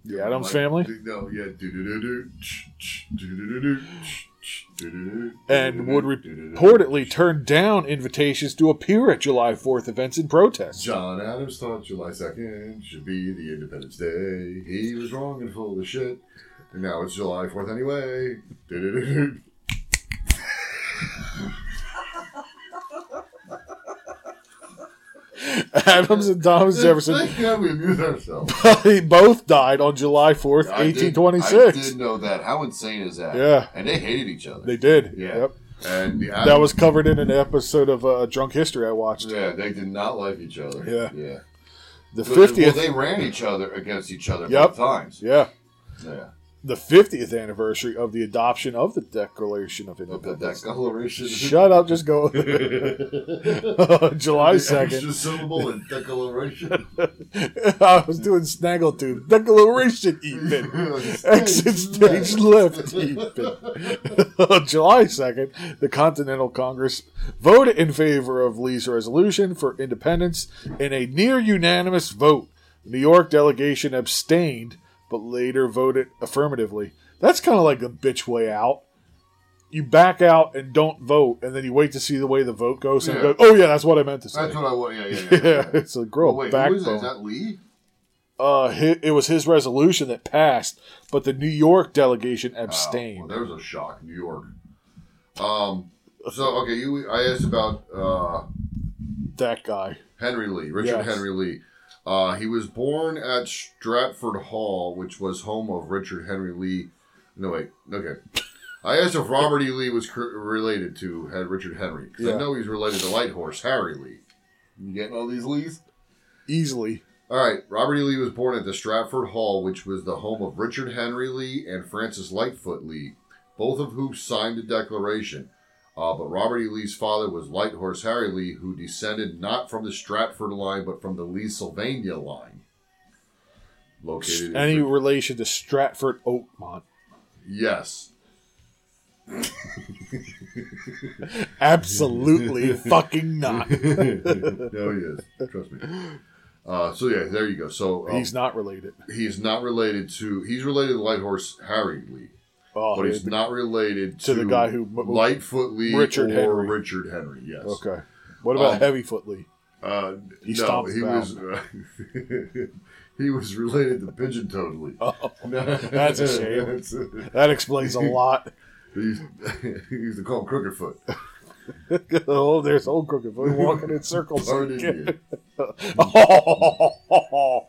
S1: The Adams family?
S4: No, yeah. do-do-do-do, ch-ch, do-do-do-do, ch-ch, do-do-do-do,
S1: and would
S4: do-do-do-do,
S1: reportedly turn down invitations to appear at July 4th events in protest.
S4: John Adams thought July 2nd should be the Independence Day. He was wrong and full of shit. And now it's July 4th anyway. Do-do-do-do.
S1: *laughs* Adams and
S4: *laughs*
S1: Thomas Jefferson
S4: Thank God we amused ourselves.
S1: both died on July 4th,
S4: I did-
S1: 1826.
S4: I did know that. How insane is that?
S1: Yeah.
S4: And they hated each other.
S1: They did.
S4: yeah.
S1: Yep.
S4: And the Adams,
S1: That was covered in an episode of uh, Drunk History I watched.
S4: Yeah, they did not like each other.
S1: Yeah.
S4: Yeah.
S1: The
S4: Well, they-
S1: 50th.
S4: Well, they ran each other against each other
S1: Yep.
S4: both times.
S1: yeah.
S4: Yeah.
S1: The 50th anniversary of the adoption of the Declaration of
S4: But that,
S1: Independence.
S4: that coloration.
S1: Shut up, just go. *laughs* July 2nd.
S4: *laughs* Extra syllable
S1: *laughs*
S4: and declaration.
S1: I was doing snaggletooth. Declaration even.
S4: *laughs*
S1: Exit stage left even. *laughs* July 2nd, the Continental Congress voted in favor of Lee's resolution for independence in a near unanimous vote. The New York delegation abstained, but later voted affirmatively. That's kind of like a bitch way out. You back out and don't vote, and then you wait to see the way the vote goes, and
S4: Yeah.
S1: go, "Oh yeah, that's what I meant to say."
S4: That's what I want. Yeah, yeah, yeah.
S1: *laughs* yeah, it's a girl
S4: *laughs* Oh, wait, who is that? Is
S1: backbone.
S4: that Lee?
S1: Uh, hi it was his resolution that passed, but the New York delegation
S4: Oh, Well,
S1: abstained.
S4: there was a shock, New York. Um. So okay, you. I asked about uh,
S1: that guy.
S4: Henry Lee, Richard
S1: Yes.
S4: Henry Lee. Uh, he was born at Stratford Hall, which was home of Richard Henry Lee. No, wait. Okay. I asked if Robert E. Lee was cr- related to had Richard Henry. 'cause
S1: Yeah.
S4: I know he's related to Light Horse Harry Lee. You getting all these Lees?
S1: Easily.
S4: All right. Robert E. Lee was born at the Stratford Hall, which was the home of Richard Henry Lee and Francis Lightfoot Lee, both of whom signed the Declaration. Uh, but Robert E. Lee's father was Light Horse Harry Lee, who descended not from the Stratford line, but from the Lee Sylvania line. Located in
S1: Any
S4: Vir-
S1: relation to Stratford Oakmont?
S4: yes. *laughs* *laughs*
S1: Absolutely fucking not.
S4: No, he is. Trust me. Uh, so yeah, there you go. So um,
S1: He's not related.
S4: he's not related to he's related to Light Horse Harry Lee.
S1: Oh,
S4: but he's not related
S1: to
S4: to,
S1: the guy who-
S4: Lightfoot Lee
S1: Richard
S4: or
S1: Henry.
S4: Richard Henry. Yes.
S1: okay. What about
S4: Um,
S1: Heavyfoot Lee?
S4: Uh,
S1: He
S4: no,
S1: stomped
S4: he
S1: him
S4: was uh, *laughs* he was related to Pigeon Toad Lee.
S1: Oh, That's a
S4: *laughs*
S1: shame. That explains a lot. *laughs*
S4: He's, *laughs* he used to call him Crooked Foot.
S1: oh, there's old crooked foot walking in circles.
S4: Darn
S1: *laughs*
S4: idiot.
S1: Oh.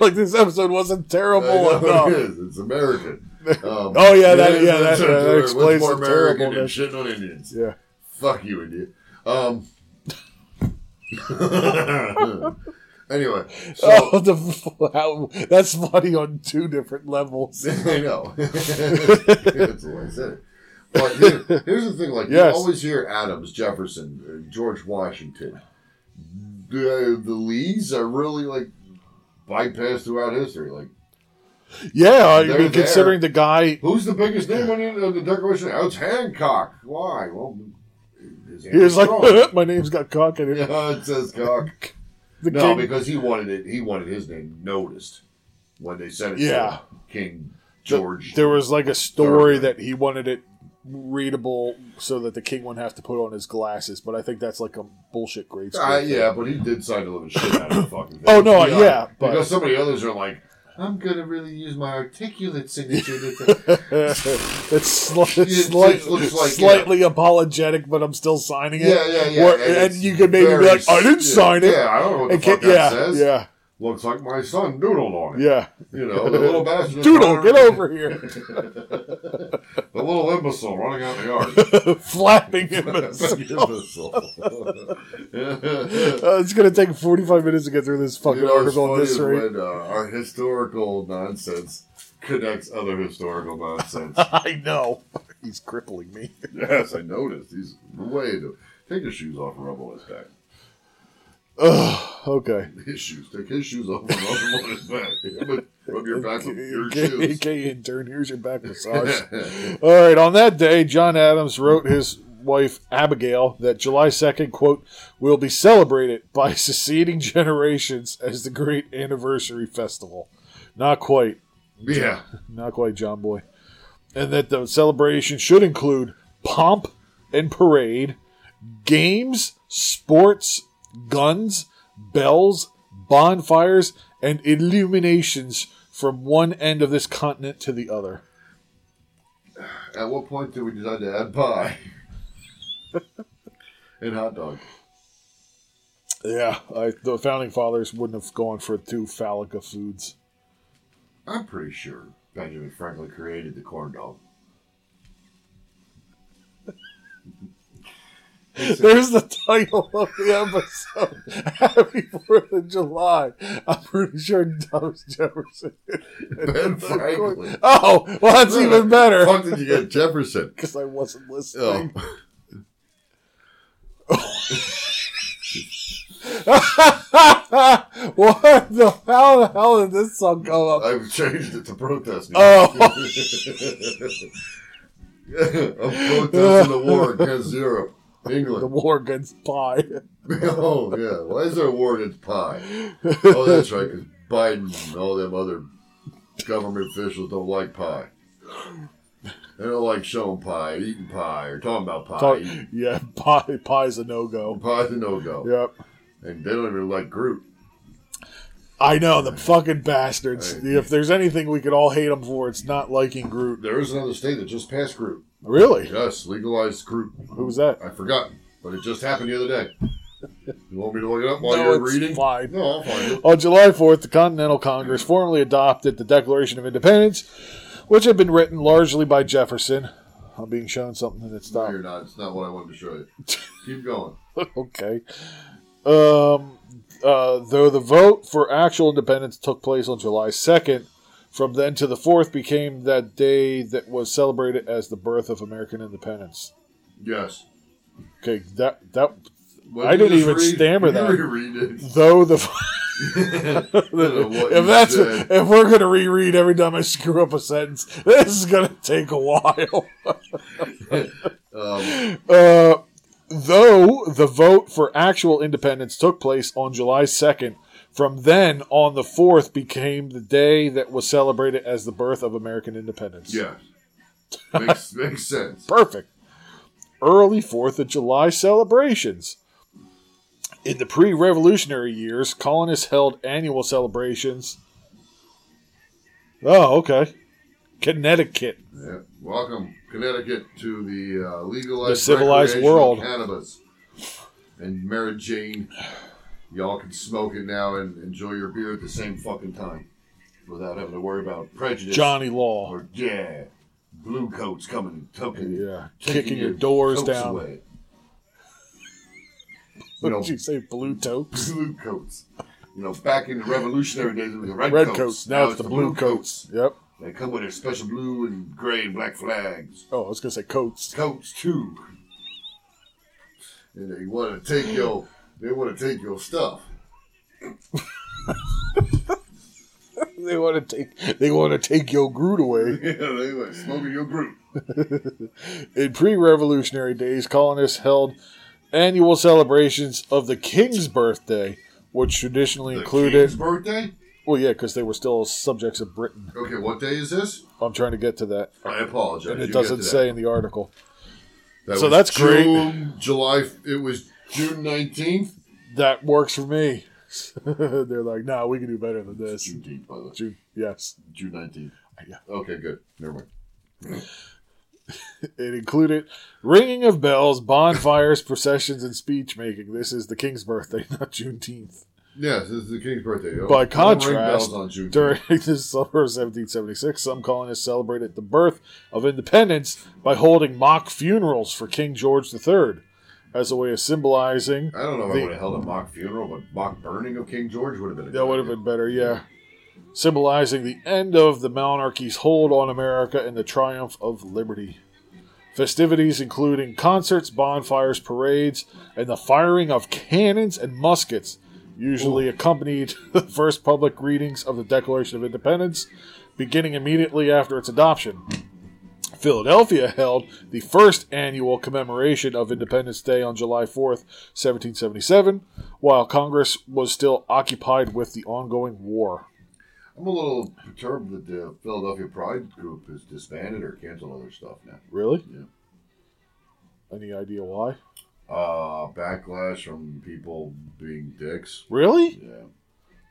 S1: like this episode wasn't
S4: I know
S1: terrible
S4: it
S1: enough.
S4: is.
S1: *laughs*
S4: It's American. Um,
S1: Oh, yeah, that- yeah, that- that
S4: What's
S1: explains
S4: more
S1: the
S4: American than
S1: terribleness.
S4: shitting on Indians.
S1: Yeah.
S4: Fuck you, idiot.
S1: *laughs*
S4: Um, *laughs* anyway, so
S1: Oh, the, *laughs* how, that's funny on two different levels.
S4: *laughs* I know. That's the way I said it. But here- here's the thing: like
S1: Yes.
S4: you always hear Adams, Jefferson, uh, George Washington. The, the Lees are really like bypassed throughout history. Like,
S1: Yeah, I
S4: They're
S1: mean, considering the guy
S4: who's the biggest name on the, on the Declaration? Oh, it's Hancock. Why? Well, his hand
S1: he was
S4: is
S1: like, *laughs*
S4: *laughs* strong.
S1: my name's got cock in it.
S4: yeah, it says cock.
S1: the
S4: No,
S1: king.
S4: because he wanted it. He wanted his name noticed when they said it.
S1: Yeah.
S4: to King
S1: Th-
S4: George.
S1: There was like a story
S4: Third.
S1: that he wanted it readable so that the king wouldn't have to put on his glasses, but I think that's like a bullshit grade school.
S4: Uh,
S1: thing.
S4: yeah, but he did sign the living shit out of the fucking. Thing.
S1: Oh, no,
S4: Yeah,
S1: yeah, but-
S4: because so many others are like, I'm gonna really use my articulate
S1: *laughs*
S4: signature. to
S1: *laughs* it's sli- it's
S4: *laughs* it
S1: slight-
S4: looks like,
S1: slightly apologetic, but I'm still signing it.
S4: Yeah, yeah, yeah,
S1: Where-
S4: and
S1: and
S4: it's
S1: you could maybe
S4: very
S1: be like, I didn't
S4: s-
S1: sign it.
S4: yeah, I don't know what the
S1: And can-
S4: fuck that
S1: yeah,
S4: says.
S1: yeah,
S4: Looks like my son doodled on it. *laughs*
S1: yeah.
S4: you know, the little
S1: *laughs*
S4: bastard.
S1: Doodle, get over here.
S4: The little imbecile running out in the
S1: *laughs*
S4: yard. *laughs*
S1: Flapping him.
S4: imbecile.
S1: Uh, it's going to take 45 minutes to get through this fucking
S4: *laughs* You know,
S1: *laughs*
S4: it's
S1: article on
S4: funny
S1: this
S4: is
S1: rate.
S4: when uh, our historical nonsense connects other historical nonsense.
S1: I know. *laughs* He's crippling me.
S4: yes, I noticed. He's way to take his shoes off and rub on his back.
S1: Okay.
S4: His shoes. Take his shoes off and rub them on
S1: *laughs*
S4: his back. But rub your back with your
S1: Okay,
S4: shoes. *laughs*
S1: okay, intern, here's your back massage. All right, on that day, John Adams wrote his wife Abigail that July 2nd, quote, will be celebrated by *laughs* succeeding generations as the great anniversary festival. Not quite,
S4: yeah.
S1: not quite, John Boy. And that the celebration should include pomp and parade, games, sports, guns, bells, bonfires, and illuminations from one end of this continent to the other.
S4: At what point did we decide to add pie? *laughs* and hot dog.
S1: Yeah, I, the founding fathers wouldn't have gone for two phallic of foods.
S4: I'm pretty sure Benjamin Franklin created the
S1: *laughs*
S4: corn dog.
S1: There's the title of the episode. *laughs* Happy Fourth of July. I'm pretty sure Thomas Jefferson.
S4: Ben Franklin.
S1: *laughs* Oh, well, that's even
S4: Where the
S1: better
S4: Fuck did you
S1: *laughs*
S4: get Jefferson?
S1: because I wasn't listening.
S4: Oh.
S1: *laughs* what the how the hell did this song go
S4: *laughs*
S1: up?
S4: I've changed it to protest. Now. *laughs*
S1: Oh,
S4: of protesting the war against Europe,
S1: the
S4: England.
S1: war against *laughs* pie.
S4: *laughs* Oh yeah, why is there a war against pie? Oh, that's right, because Biden and all them other government officials don't like pie. They don't like showing pie, eating pie, or talking about
S1: *laughs*
S4: pie.
S1: Talk-
S4: eating
S1: yeah, pie pie's a no go.
S4: Pie's a no go,
S1: Yep.
S4: and they don't even like Groot.
S1: I know the fucking bastards. If there's anything we could all hate them for, it's not liking Groot.
S4: There is another state that just passed Groot.
S1: Really?
S4: Yes, legalized Groot.
S1: Who was that?
S4: I forgot, but it just happened the other day. You want me to look it up while
S1: No,
S4: you're
S1: it's
S4: reading?
S1: fine.
S4: No, I'll
S1: *laughs*
S4: find it.
S1: On July 4th, the Continental Congress formally adopted the Declaration of Independence, which had been written largely by Jefferson. I'm being shown something that's
S4: No,
S1: not
S4: you're not. It's not what I wanted to show you. Keep going.
S1: okay. Um, uh, though the vote for actual independence took place on July 2nd, from then to the 4th became that day that was celebrated as the birth of American independence.
S4: Yes.
S1: Okay, that that
S4: Well,
S1: I
S4: you
S1: didn't
S4: just
S1: even stammer
S4: you
S1: that.
S4: Reread
S1: *laughs*
S4: it.
S1: though the if
S4: if
S1: that's if we're gonna reread every time I screw up a sentence, *laughs* this is gonna take a while. uh, though the vote for actual independence took place on July second, from then on the fourth became the day that was celebrated as the birth of American independence.
S4: yes, makes makes sense.
S1: Perfect. Early 4th of July celebrations. In the pre revolutionary years, colonists held annual celebrations. Oh, okay. Connecticut.
S4: Yeah. Welcome Connecticut to the uh, legalized
S1: The civilized
S4: recreational
S1: world.
S4: cannabis and Mary Jane. Y'all can smoke it now and enjoy your beer at the same fucking time without having to worry about prejudice.
S1: Johnny Law.
S4: Or Oh, yeah, blue coats coming and token.
S1: Yeah.
S4: taking
S1: Kicking your doors
S4: coats
S1: down. *laughs*
S4: Away. You
S1: What
S4: know,
S1: did you say? Blue tokes?
S4: blue coats. You know, back in the revolutionary days, it was the red,
S1: Red
S4: coats.
S1: coats. Now, it's the blue coats. Yep.
S4: They come with their special blue and gray and black flags.
S1: Oh, I was going to say coats. *laughs*
S4: Coats too. And they
S1: *gasps*
S4: want to take your, they want to take your stuff. *laughs*
S1: They want to take they want to take your Groot away.
S4: Yeah, they were smoking your group.
S1: In pre revolutionary days, colonists held annual celebrations of the king's birthday, which traditionally
S4: The
S1: included.
S4: King's birthday?
S1: Well, yeah, because they were still subjects of Britain.
S4: Okay, what day is this?
S1: I'm trying to get to that,
S4: I apologize.
S1: and
S4: You
S1: it
S4: get to
S1: doesn't
S4: that.
S1: say in the article.
S4: That
S1: So
S4: was
S1: that's great.
S4: June, July. It was June nineteenth.
S1: That works for me. *laughs* They're like, nah, we can do better than this.
S4: Juneteenth, by the way.
S1: June, yes.
S4: June nineteenth.
S1: Yeah.
S4: Okay, good. Never mind.
S1: It included ringing of bells, bonfires, *laughs* processions, and speech making. This is the king's birthday, *laughs* not Juneteenth.
S4: Yes, this is the king's birthday. Oh,
S1: By
S4: it don't ring
S1: contrast,
S4: bells on June
S1: during *laughs* the summer of 1776, some colonists celebrated the birth of independence by holding mock funerals for King George III as a way of symbolizing.
S4: I don't know if
S1: the-
S4: I would have held a mock funeral, but mock burning of King George would have been. A
S1: That would have been better, yeah. Symbolizing the end of the monarchy's hold on America and the triumph of liberty. Festivities including concerts, bonfires, parades, and the firing of cannons and muskets, usually accompanied *laughs* the first public readings of the Declaration of Independence, beginning immediately after its adoption. Philadelphia held the first annual commemoration of Independence Day on July 4th, 1777, while Congress was still occupied with the ongoing war.
S4: I'm a little perturbed that the Philadelphia Pride group is disbanded or canceled all their stuff now.
S1: Really?
S4: Yeah.
S1: Any idea why?
S4: Uh, backlash from people being dicks.
S1: Really?
S4: Yeah,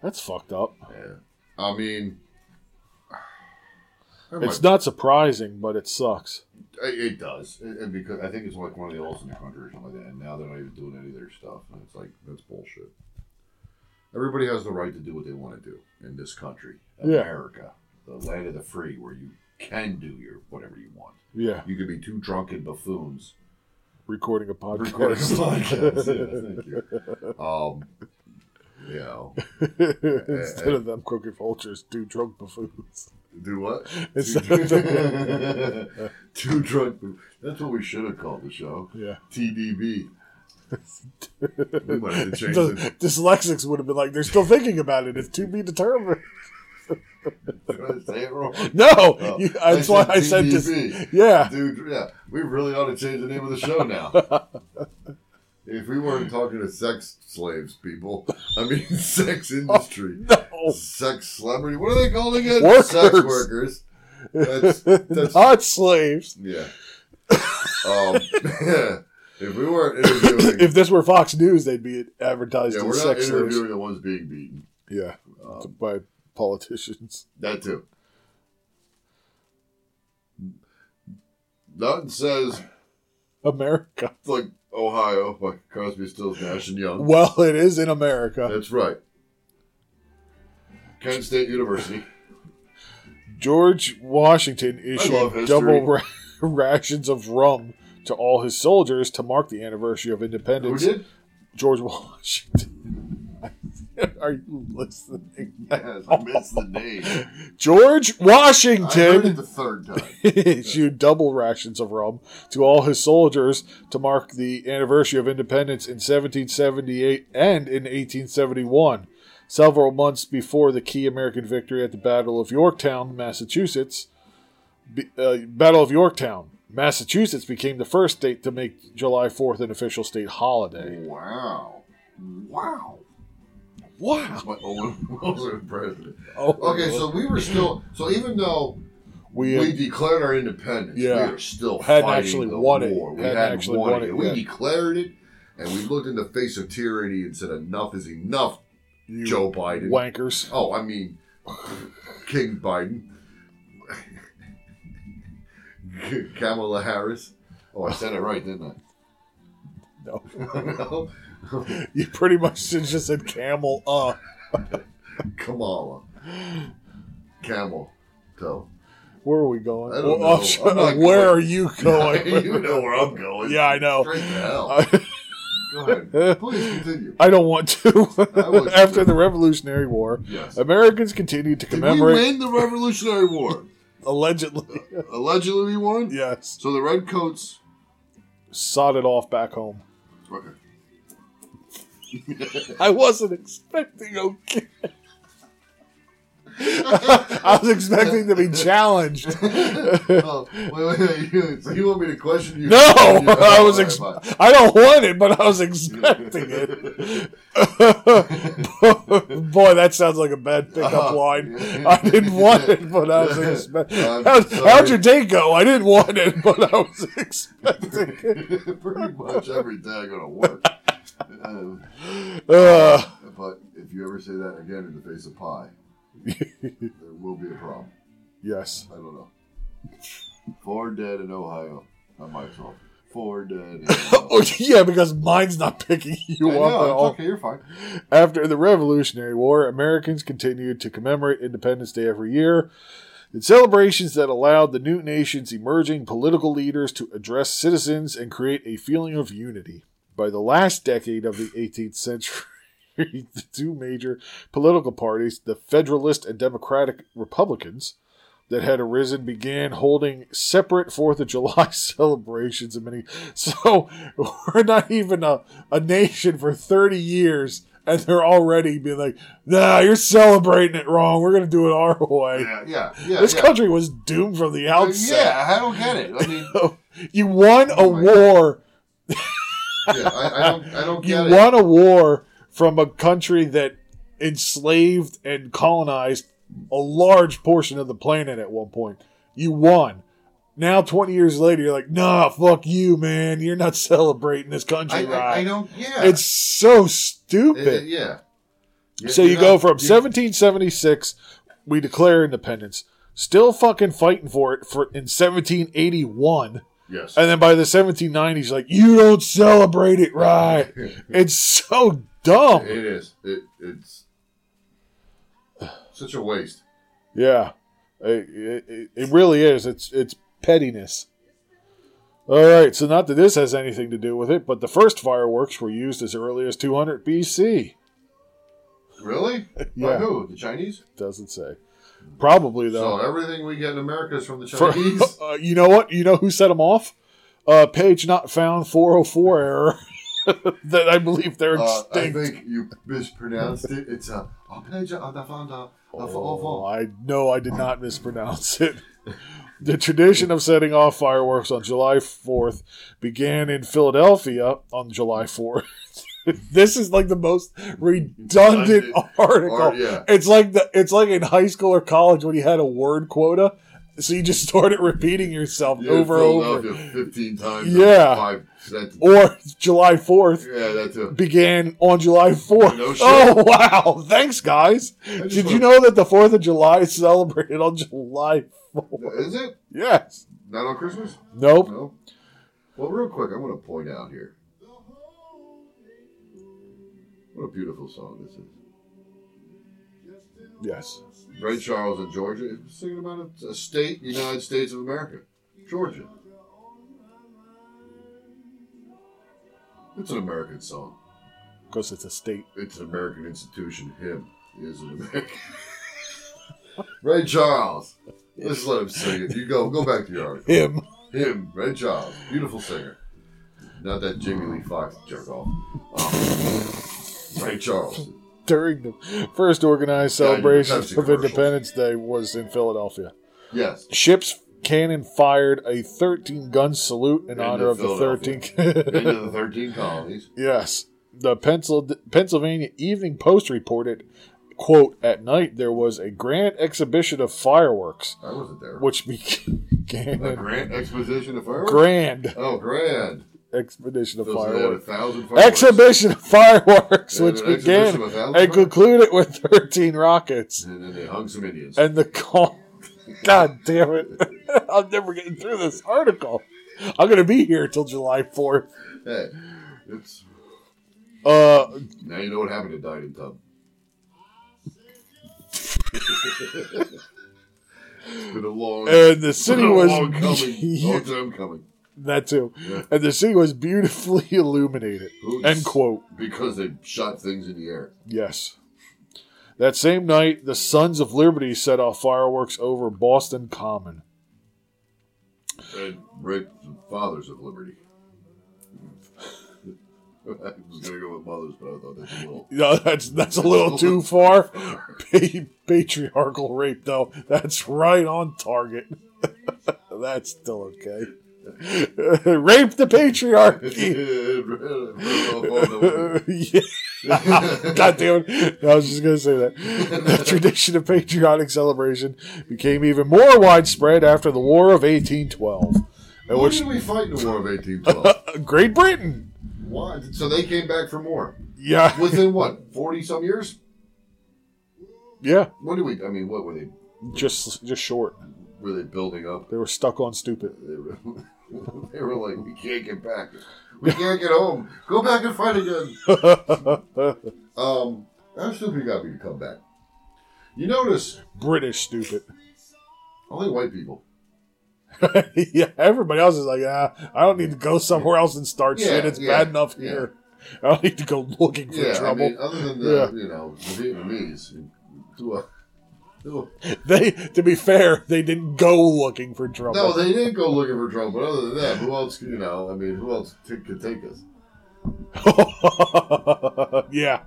S1: That's fucked up.
S4: yeah. I mean, *sighs* never
S1: It's
S4: mind.
S1: not surprising, but it sucks.
S4: It, it does, and and because I think it's like one of the oldest in the country or something like that. And now they're not even doing any of their stuff, and it's like that's bullshit. Everybody has the right to do what they want to do in this country,
S1: Yeah.
S4: America, the land of the free, where you can do your whatever you want.
S1: Yeah,
S4: You could be two drunken buffoons
S1: recording a *laughs*
S4: recording a *laughs*
S1: podcast.
S4: podcast. yeah, thank you. Um, you know,
S1: Instead of them cooking vultures, do drunk *laughs* buffoons.
S4: do what?
S1: It's
S4: Two drunk, *laughs* two drunk buffoons. That's what we should have called the show.
S1: Yeah. *laughs*
S4: TDB. we might have to change
S1: The *laughs*
S4: it.
S1: dyslexics would have been like, they're still thinking about it. It's to be determined.
S4: *laughs* Did I say it wrong?
S1: No, *laughs*
S4: Oh,
S1: you- that's why I said this.
S4: TDB.
S1: Yeah,
S4: Dude, yeah, we really ought to change the name of the
S1: *laughs*
S4: show now. if we weren't talking to sex slaves, people, I mean, *laughs* sex industry,
S1: Oh, no.
S4: sex celebrity, what are they called again?
S1: Workers.
S4: Sex workers.
S1: *laughs*
S4: That's, that's
S1: not slaves.
S4: yeah. Um, *laughs* if we weren't interviewing,
S1: If this were Fox News, they'd be advertised
S4: yeah,
S1: as
S4: we're not
S1: sex slaves.
S4: interviewing Um, the ones being beaten.
S1: Yeah, by politicians.
S4: That too. Nothing says
S1: America.
S4: It's like Ohio, like Crosby, Stills, Nash, and Young.
S1: Well, it is in America.
S4: That's right. Kent State University.
S1: George Washington
S4: love
S1: issued
S4: history.
S1: double *laughs* ra- rations of rum to all his soldiers to mark the anniversary of
S4: Who
S1: independence.
S4: did?
S1: George Washington. *laughs* Are you listening?
S4: Yes, I missed the name.
S1: George
S4: I heard it
S1: Washington
S4: the third time.
S1: *laughs* issued double rations of rum to all his soldiers to mark the anniversary of independence in 1778 and in 1871, several months before the key American victory at the Battle of Yorktown, Massachusetts. Be- uh, Battle of Yorktown, Massachusetts became the first state to make July 4th an official state holiday.
S4: Wow. Wow.
S1: Wow.
S4: That's my *laughs* Owen Wilson president.
S1: Oh,
S4: Okay, so we were still, so even though
S1: we,
S4: we declared our independence,
S1: Yeah.
S4: we were still
S1: Hadn't
S4: fighting
S1: actually
S4: the
S1: won it.
S4: war. We
S1: Hadn't
S4: hadn't,
S1: actually
S4: won,
S1: won
S4: it.
S1: it
S4: We
S1: yet.
S4: declared it, and we looked in the face of tyranny and said, enough is enough,
S1: you
S4: Joe Biden.
S1: wankers. *laughs*
S4: Oh, I mean, King Biden, *laughs* Kamala Harris. Oh, I said it right, didn't
S1: No.
S4: I? *laughs* no,
S1: You pretty much should've just said camel, uh.
S4: Kamala, camel toe.
S1: Where are we going?
S4: I don't
S1: Well, I'm
S4: know.
S1: sure-
S4: I'm not
S1: where
S4: going.
S1: are
S4: *laughs*
S1: you going?
S4: you know where I'm going.
S1: Yeah, I know.
S4: Straight to hell.
S1: I,
S4: Go
S1: *laughs*
S4: ahead. Please continue.
S1: I don't want
S4: I
S1: to. *laughs*
S4: would.
S1: After the Revolutionary War,
S4: Yes.
S1: Americans continued to
S4: Did we
S1: commemorate
S4: win the Revolutionary War? *laughs*
S1: allegedly.
S4: Allegedly, we won.
S1: yes,
S4: So the redcoats.
S1: sod it off back home.
S4: Okay. *laughs*
S1: I wasn't expecting okay. *laughs* I was expecting to be challenged.
S4: Oh, wait, wait, wait. You, so you want me to question
S1: *laughs*
S4: you?
S1: No,
S4: *laughs* You-
S1: I was.
S4: Alright,
S1: Ex-
S4: fine.
S1: I don't want it, but I was expecting
S4: *laughs*
S1: it. Boy, that sounds like a bad pickup
S4: Uh-huh.
S1: line. I didn't want it, but I was expecting.
S4: *laughs* I'm
S1: How'd,
S4: sorry.
S1: how'd your day go? I didn't want it, but I was expecting
S4: *laughs*
S1: it.
S4: *laughs* Pretty much every day I go to work. Um,
S1: Uh,
S4: but if you ever say that again in the face of pie, there will be a problem.
S1: yes.
S4: I don't know. Four dead in Ohio. Not my fault. Four dead.
S1: *laughs*
S4: In Ohio.
S1: Oh yeah, because mine's not picking you
S4: I
S1: up
S4: know,
S1: at
S4: it's
S1: all.
S4: okay. You're fine.
S1: After the Revolutionary War, Americans continued to commemorate Independence Day every year in celebrations that allowed the new nation's emerging political leaders to address citizens and create a feeling of unity. By the last decade of the 18th century, *laughs* the two major political parties, the Federalist and Democratic Republicans, that had arisen began holding separate Fourth of July *laughs* celebrations and many. So we're not even a, a nation for 30 years, and they're already being like, nah, you're celebrating it wrong. We're going to do it our way.
S4: Yeah, yeah, yeah.
S1: this
S4: yeah.
S1: country was doomed from the
S4: Uh,
S1: outset.
S4: yeah, I don't get it. I mean,
S1: You won a
S4: Oh my
S1: war.
S4: yeah, I, I don't, I don't
S1: You
S4: get it.
S1: won a war from a country that enslaved and colonized a large portion of the planet at one point. You won. Now, 20 years later, you're like, nah, fuck you, man. You're not *laughs* celebrating this country
S4: I,
S1: right.
S4: I, I don't. Yeah,
S1: It's so
S4: It-
S1: stupid.
S4: it- yeah. Yeah,
S1: So you go
S4: know,
S1: from
S4: you-
S1: 1776, we declare independence, still fucking fighting for it for in 1781,
S4: Yes.
S1: and then by the 1790s, like you don't celebrate it right.
S4: *laughs*
S1: It's so dumb.
S4: It is. It, it's such a waste.
S1: Yeah, it, it, it really is. It's it's pettiness. All right, so not that this has anything to do with it, but the first fireworks were used as early as 200 BC.
S4: Really?
S1: Yeah.
S4: By who? The Chinese?
S1: Doesn't say. Probably though.
S4: So everything we get in America is from
S1: *laughs*
S4: the
S1: For-
S4: Chinese.
S1: uh, you know what? You know who set them off? Uh, page not found 404 error. *laughs* that I believe they're
S4: Uh, I
S1: extinct.
S4: think you mispronounced it. It's a a pledge of the founder of
S1: Oh,
S4: all.
S1: I know I did not mispronounce it. The tradition of setting off fireworks on July 4th began in Philadelphia on July 4th. *laughs* this is like the most redundant
S4: Redundant.
S1: article.
S4: Or, yeah.
S1: It's like the it's like in high school or college when you had a word quota, so you just started repeating yourself *laughs*
S4: Yeah,
S1: over and over.
S4: Philadelphia fifteen times.
S1: Yeah.
S4: in Five sentences.
S1: Or July 4th
S4: yeah, that's it.
S1: began on July 4th.
S4: No shit.
S1: oh, wow. Thanks, guys.
S4: just
S1: Did you
S4: wanna-
S1: know that the 4th of July is celebrated on July 4th?
S4: Is it
S1: Yes.
S4: not on Christmas?
S1: Nope.
S4: No. Well, real quick, I want to point out here. What a beautiful song this is.
S1: Yes.
S4: Ray Charles in Georgia is singing about a, a state, United States of America, Georgia. It's an American song.
S1: Because it's a state.
S4: It's an American institution. Him is an American. *laughs* Ray Charles. Let's let him sing it. You go. Go back to your article.
S1: Him.
S4: Him, Ray Charles, beautiful singer. Not that Jamie Lee Fox jerk off. Um, Ray Charles.
S1: During the first organized
S4: Yeah, I did. That's
S1: celebration
S4: a
S1: of
S4: commercial.
S1: Independence Day was in Philadelphia.
S4: Yes.
S1: Ships cannon fired a 13 gun salute in,
S4: Into
S1: honor of the
S4: Philadelphia.
S1: 13th.
S4: Into the 13 colonies.
S1: *laughs* Yes. The Pencil- Pennsylvania Evening Post reported, quote, at night there was a grand exhibition of fireworks,
S4: I wasn't there.
S1: which began
S4: A
S1: a
S4: grand exposition of fireworks?
S1: grand
S4: Oh, grand.
S1: expedition of
S4: Those that had a
S1: fireworks.
S4: thousand fireworks.
S1: Exhibition of fireworks,
S4: Yeah,
S1: which
S4: an
S1: began
S4: exhibition with thousand
S1: and
S4: fireworks.
S1: concluded with 13 rockets.
S4: And then they hung some Indians.
S1: And the call. God damn it. *laughs* I'm never getting through this article. I'm going to be here till July 4th.
S4: hey, it's,
S1: Uh,
S4: now you know what happened to Dining Tub. it's been a long,
S1: and the city
S4: *laughs* been a
S1: was. *laughs*
S4: long coming. Long time coming.
S1: That too.
S4: Yeah.
S1: And the city was beautifully *laughs* illuminated.
S4: Who's-
S1: End quote.
S4: Because they shot things in the air.
S1: Yes. That same night, the Sons of Liberty set off fireworks over Boston Common.
S4: and raped the fathers of liberty. I was gonna go with mothers, but I thought that's a little.
S1: No, *laughs* that's that's a little too *laughs* far. Pa- patriarchal rape, though. That's right on target. *laughs* that's still okay. *laughs* rape the patriarchy. *laughs* yeah. *laughs* God damn it. I was just going to say that. *laughs* The tradition of patriotic celebration became even more widespread after the War of 1812, in
S4: Why
S1: which
S4: did we fight in the War of
S1: *laughs*
S4: 1812?
S1: Great Britain.
S4: Why? So they came back for more.
S1: Yeah.
S4: Within what, 40 some years?
S1: Yeah.
S4: What do we, I mean, what were they,
S1: Just just short.
S4: were they building up?
S1: They were stuck on stupid.
S4: They were, *laughs* they were like, we can't get back. We can't get home. Go back and fight again. um, how stupid got me to come back? You notice,
S1: British stupid. *laughs*
S4: only white people.
S1: yeah, everybody else is like, ah, I don't need to go somewhere else and start
S4: Yeah,
S1: shit. It's
S4: yeah,
S1: bad enough
S4: yeah.
S1: here. *laughs* I don't need to go looking for
S4: Yeah, I
S1: trouble.
S4: mean, other than the,
S1: Yeah.
S4: you know, the Vietnamese. Do a, do a,
S1: they, to be fair, they didn't go looking for trouble.
S4: uh, No, they didn't go looking for trouble. But other than that, who else? You know, I mean, who else t- could take us?
S1: *laughs*
S4: *laughs*
S1: yeah,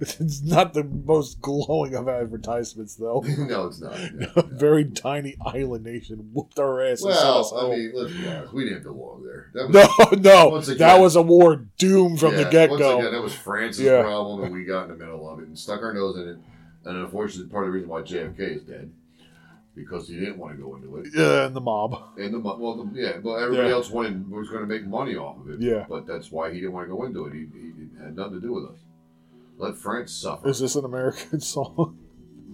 S1: it's not the most glowing of advertisements, though. *laughs*
S4: no, it's not. No.
S1: A very tiny island nation whooped our ass. and sent us
S4: Well, I
S1: home.
S4: mean, let's be honest. We didn't belong there. That
S1: *laughs* no,
S4: was, *laughs*
S1: no,
S4: Once again-
S1: that was a war doomed from the
S4: yeah,
S1: get
S4: Once again,
S1: go.
S4: that was France's
S1: Yeah.
S4: problem, and we got in the middle of it and stuck our nose in it. And unfortunately, part of the reason why JFK is dead because he didn't want to go into it.
S1: Yeah, and the mob.
S4: And the mo- well, the, yeah, well, everybody
S1: Yeah.
S4: else wanted was going to make money off of it.
S1: Yeah.
S4: but that's why he didn't want to go into it. He, he had nothing to do with us. Let France suffer.
S1: Is this an American *laughs* song?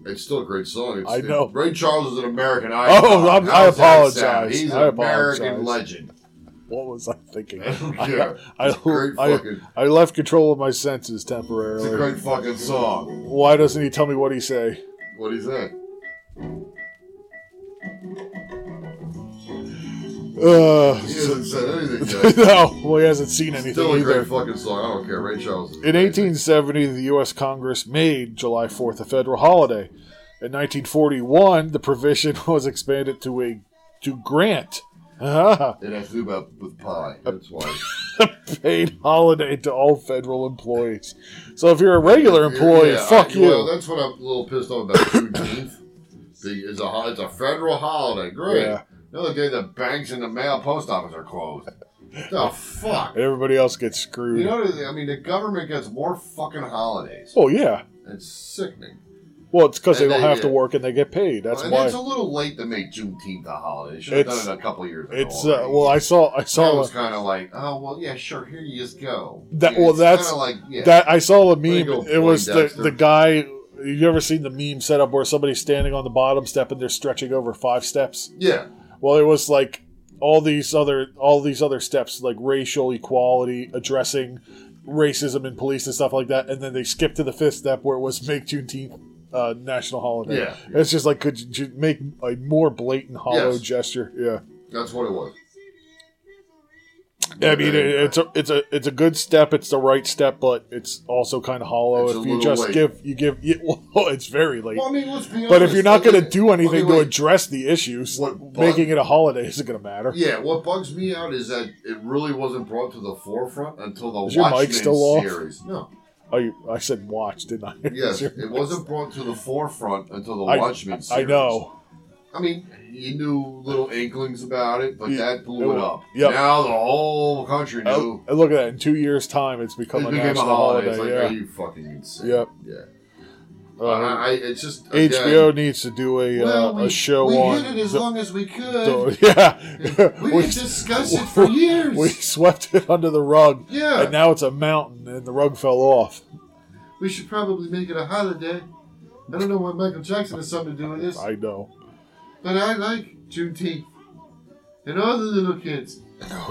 S4: It's still a great song. It's,
S1: I
S4: it-
S1: know.
S4: Ray Charles is an American icon.
S1: Oh, I'm- I
S4: How's that sound?
S1: apologize.
S4: He's an
S1: I
S4: American
S1: apologize.
S4: legend. *laughs*
S1: What was I thinking?
S4: I don't care.
S1: I,
S4: It's a great
S1: I-
S4: fucking-
S1: I left control of my senses
S4: It's
S1: temporarily.
S4: a great fucking song.
S1: Why doesn't he tell me what he say?
S4: What is that?
S1: Uh,
S4: He hasn't said anything
S1: *laughs*
S4: yet.
S1: no, well, he hasn't seen anything
S4: Still a
S1: either.
S4: great fucking song. I don't care. Ray Charles is
S1: In
S4: amazing.
S1: 1870, the U.S. Congress made July 4th a federal holiday. In 1941, the provision *laughs* was expanded to a to grant *laughs* a
S4: It has to do about with pie. That's why.
S1: paid holiday to all federal employees. So if you're a regular employee,
S4: Yeah,
S1: fuck
S4: I-
S1: you.
S4: Well, that's what I'm a little pissed off
S1: *coughs*
S4: about. Juneteenth. The- It's a, ho- it's a federal holiday. Great.
S1: Yeah.
S4: The other day, the banks and the mail post office are closed. the fuck?
S1: Everybody else gets screwed.
S4: You know, I mean, the government gets more fucking holidays.
S1: oh yeah.
S4: It's sickening.
S1: Well, it's because they
S4: And
S1: don't
S4: they-
S1: have to
S4: yeah.
S1: work and they get paid. That's
S4: and
S1: why.
S4: it's a little late to make Juneteenth a holiday. Should have
S1: It's-
S4: done it a couple years ago.
S1: It's uh, well, I saw I
S4: so
S1: saw
S4: was kind of like, oh well, yeah, sure, here you just go.
S1: That-
S4: Yeah,
S1: well,
S4: it's
S1: that's-
S4: kinda like yeah.
S1: that I saw a meme.
S4: you go,
S1: it was the,
S4: Poindexter.
S1: the guy. You ever seen the meme setup where somebody's standing on the bottom step and they're stretching over five steps?
S4: yeah,
S1: Well, it was like all these other all these other steps like racial equality, addressing racism in police and stuff like that, and then they skipped to the fifth step where it was make Juneteenth. Uh, national holiday.
S4: Yeah.
S1: it's just like could you ju- make a more blatant hollow
S4: Yes.
S1: gesture? Yeah,
S4: that's what it was.
S1: Yeah, I mean, it, it's a it's a it's a good step. It's the right step, but it's also kind of hollow.
S4: It's a
S1: if you
S4: little
S1: just
S4: late.
S1: give you give, you, *laughs* well, it's very late.
S4: Well, I mean, let's be honest.
S1: but if you're not
S4: I mean,
S1: going to do anything
S4: okay,
S1: to
S4: wait.
S1: address the issues,
S4: What bug-
S1: making it a holiday *laughs* isn't going to matter.
S4: Yeah, what bugs me out is that it really wasn't brought to the forefront until the
S1: Is your mic
S4: Watchmen
S1: still off?
S4: series. No,
S1: Oh, you, I said watch, didn't I? *laughs*
S4: yes, it wasn't brought to the forefront until the
S1: I,
S4: Watchmen
S1: I
S4: series.
S1: know.
S4: I mean, you knew little inklings about it, but
S1: Yeah.
S4: that blew it,
S1: It-
S4: up.
S1: yep.
S4: Now the whole country knew.
S1: Oh, and look at that. In two years' time, it's
S4: It
S1: become a
S4: became a
S1: national holiday.
S4: holiday. It's like,
S1: yeah.
S4: are you fucking insane?
S1: Yep.
S4: Yeah.
S1: Uh,
S4: I, I, it's just again,
S1: HBO needs to do a,
S4: well,
S1: uh,
S4: we,
S1: a show
S4: we
S1: on.
S4: hid it
S1: *laughs*
S4: as
S1: the-
S4: long as we could.
S1: the- yeah. *laughs*
S4: we didn't discuss it for years.
S1: We swept it under the rug.
S4: Yeah.
S1: And now it's a mountain, and the rug fell off.
S4: we should probably make it a holiday. I don't know why Michael Jackson has something to do with this,
S1: I know.
S4: but I like Juneteenth and all the little kids.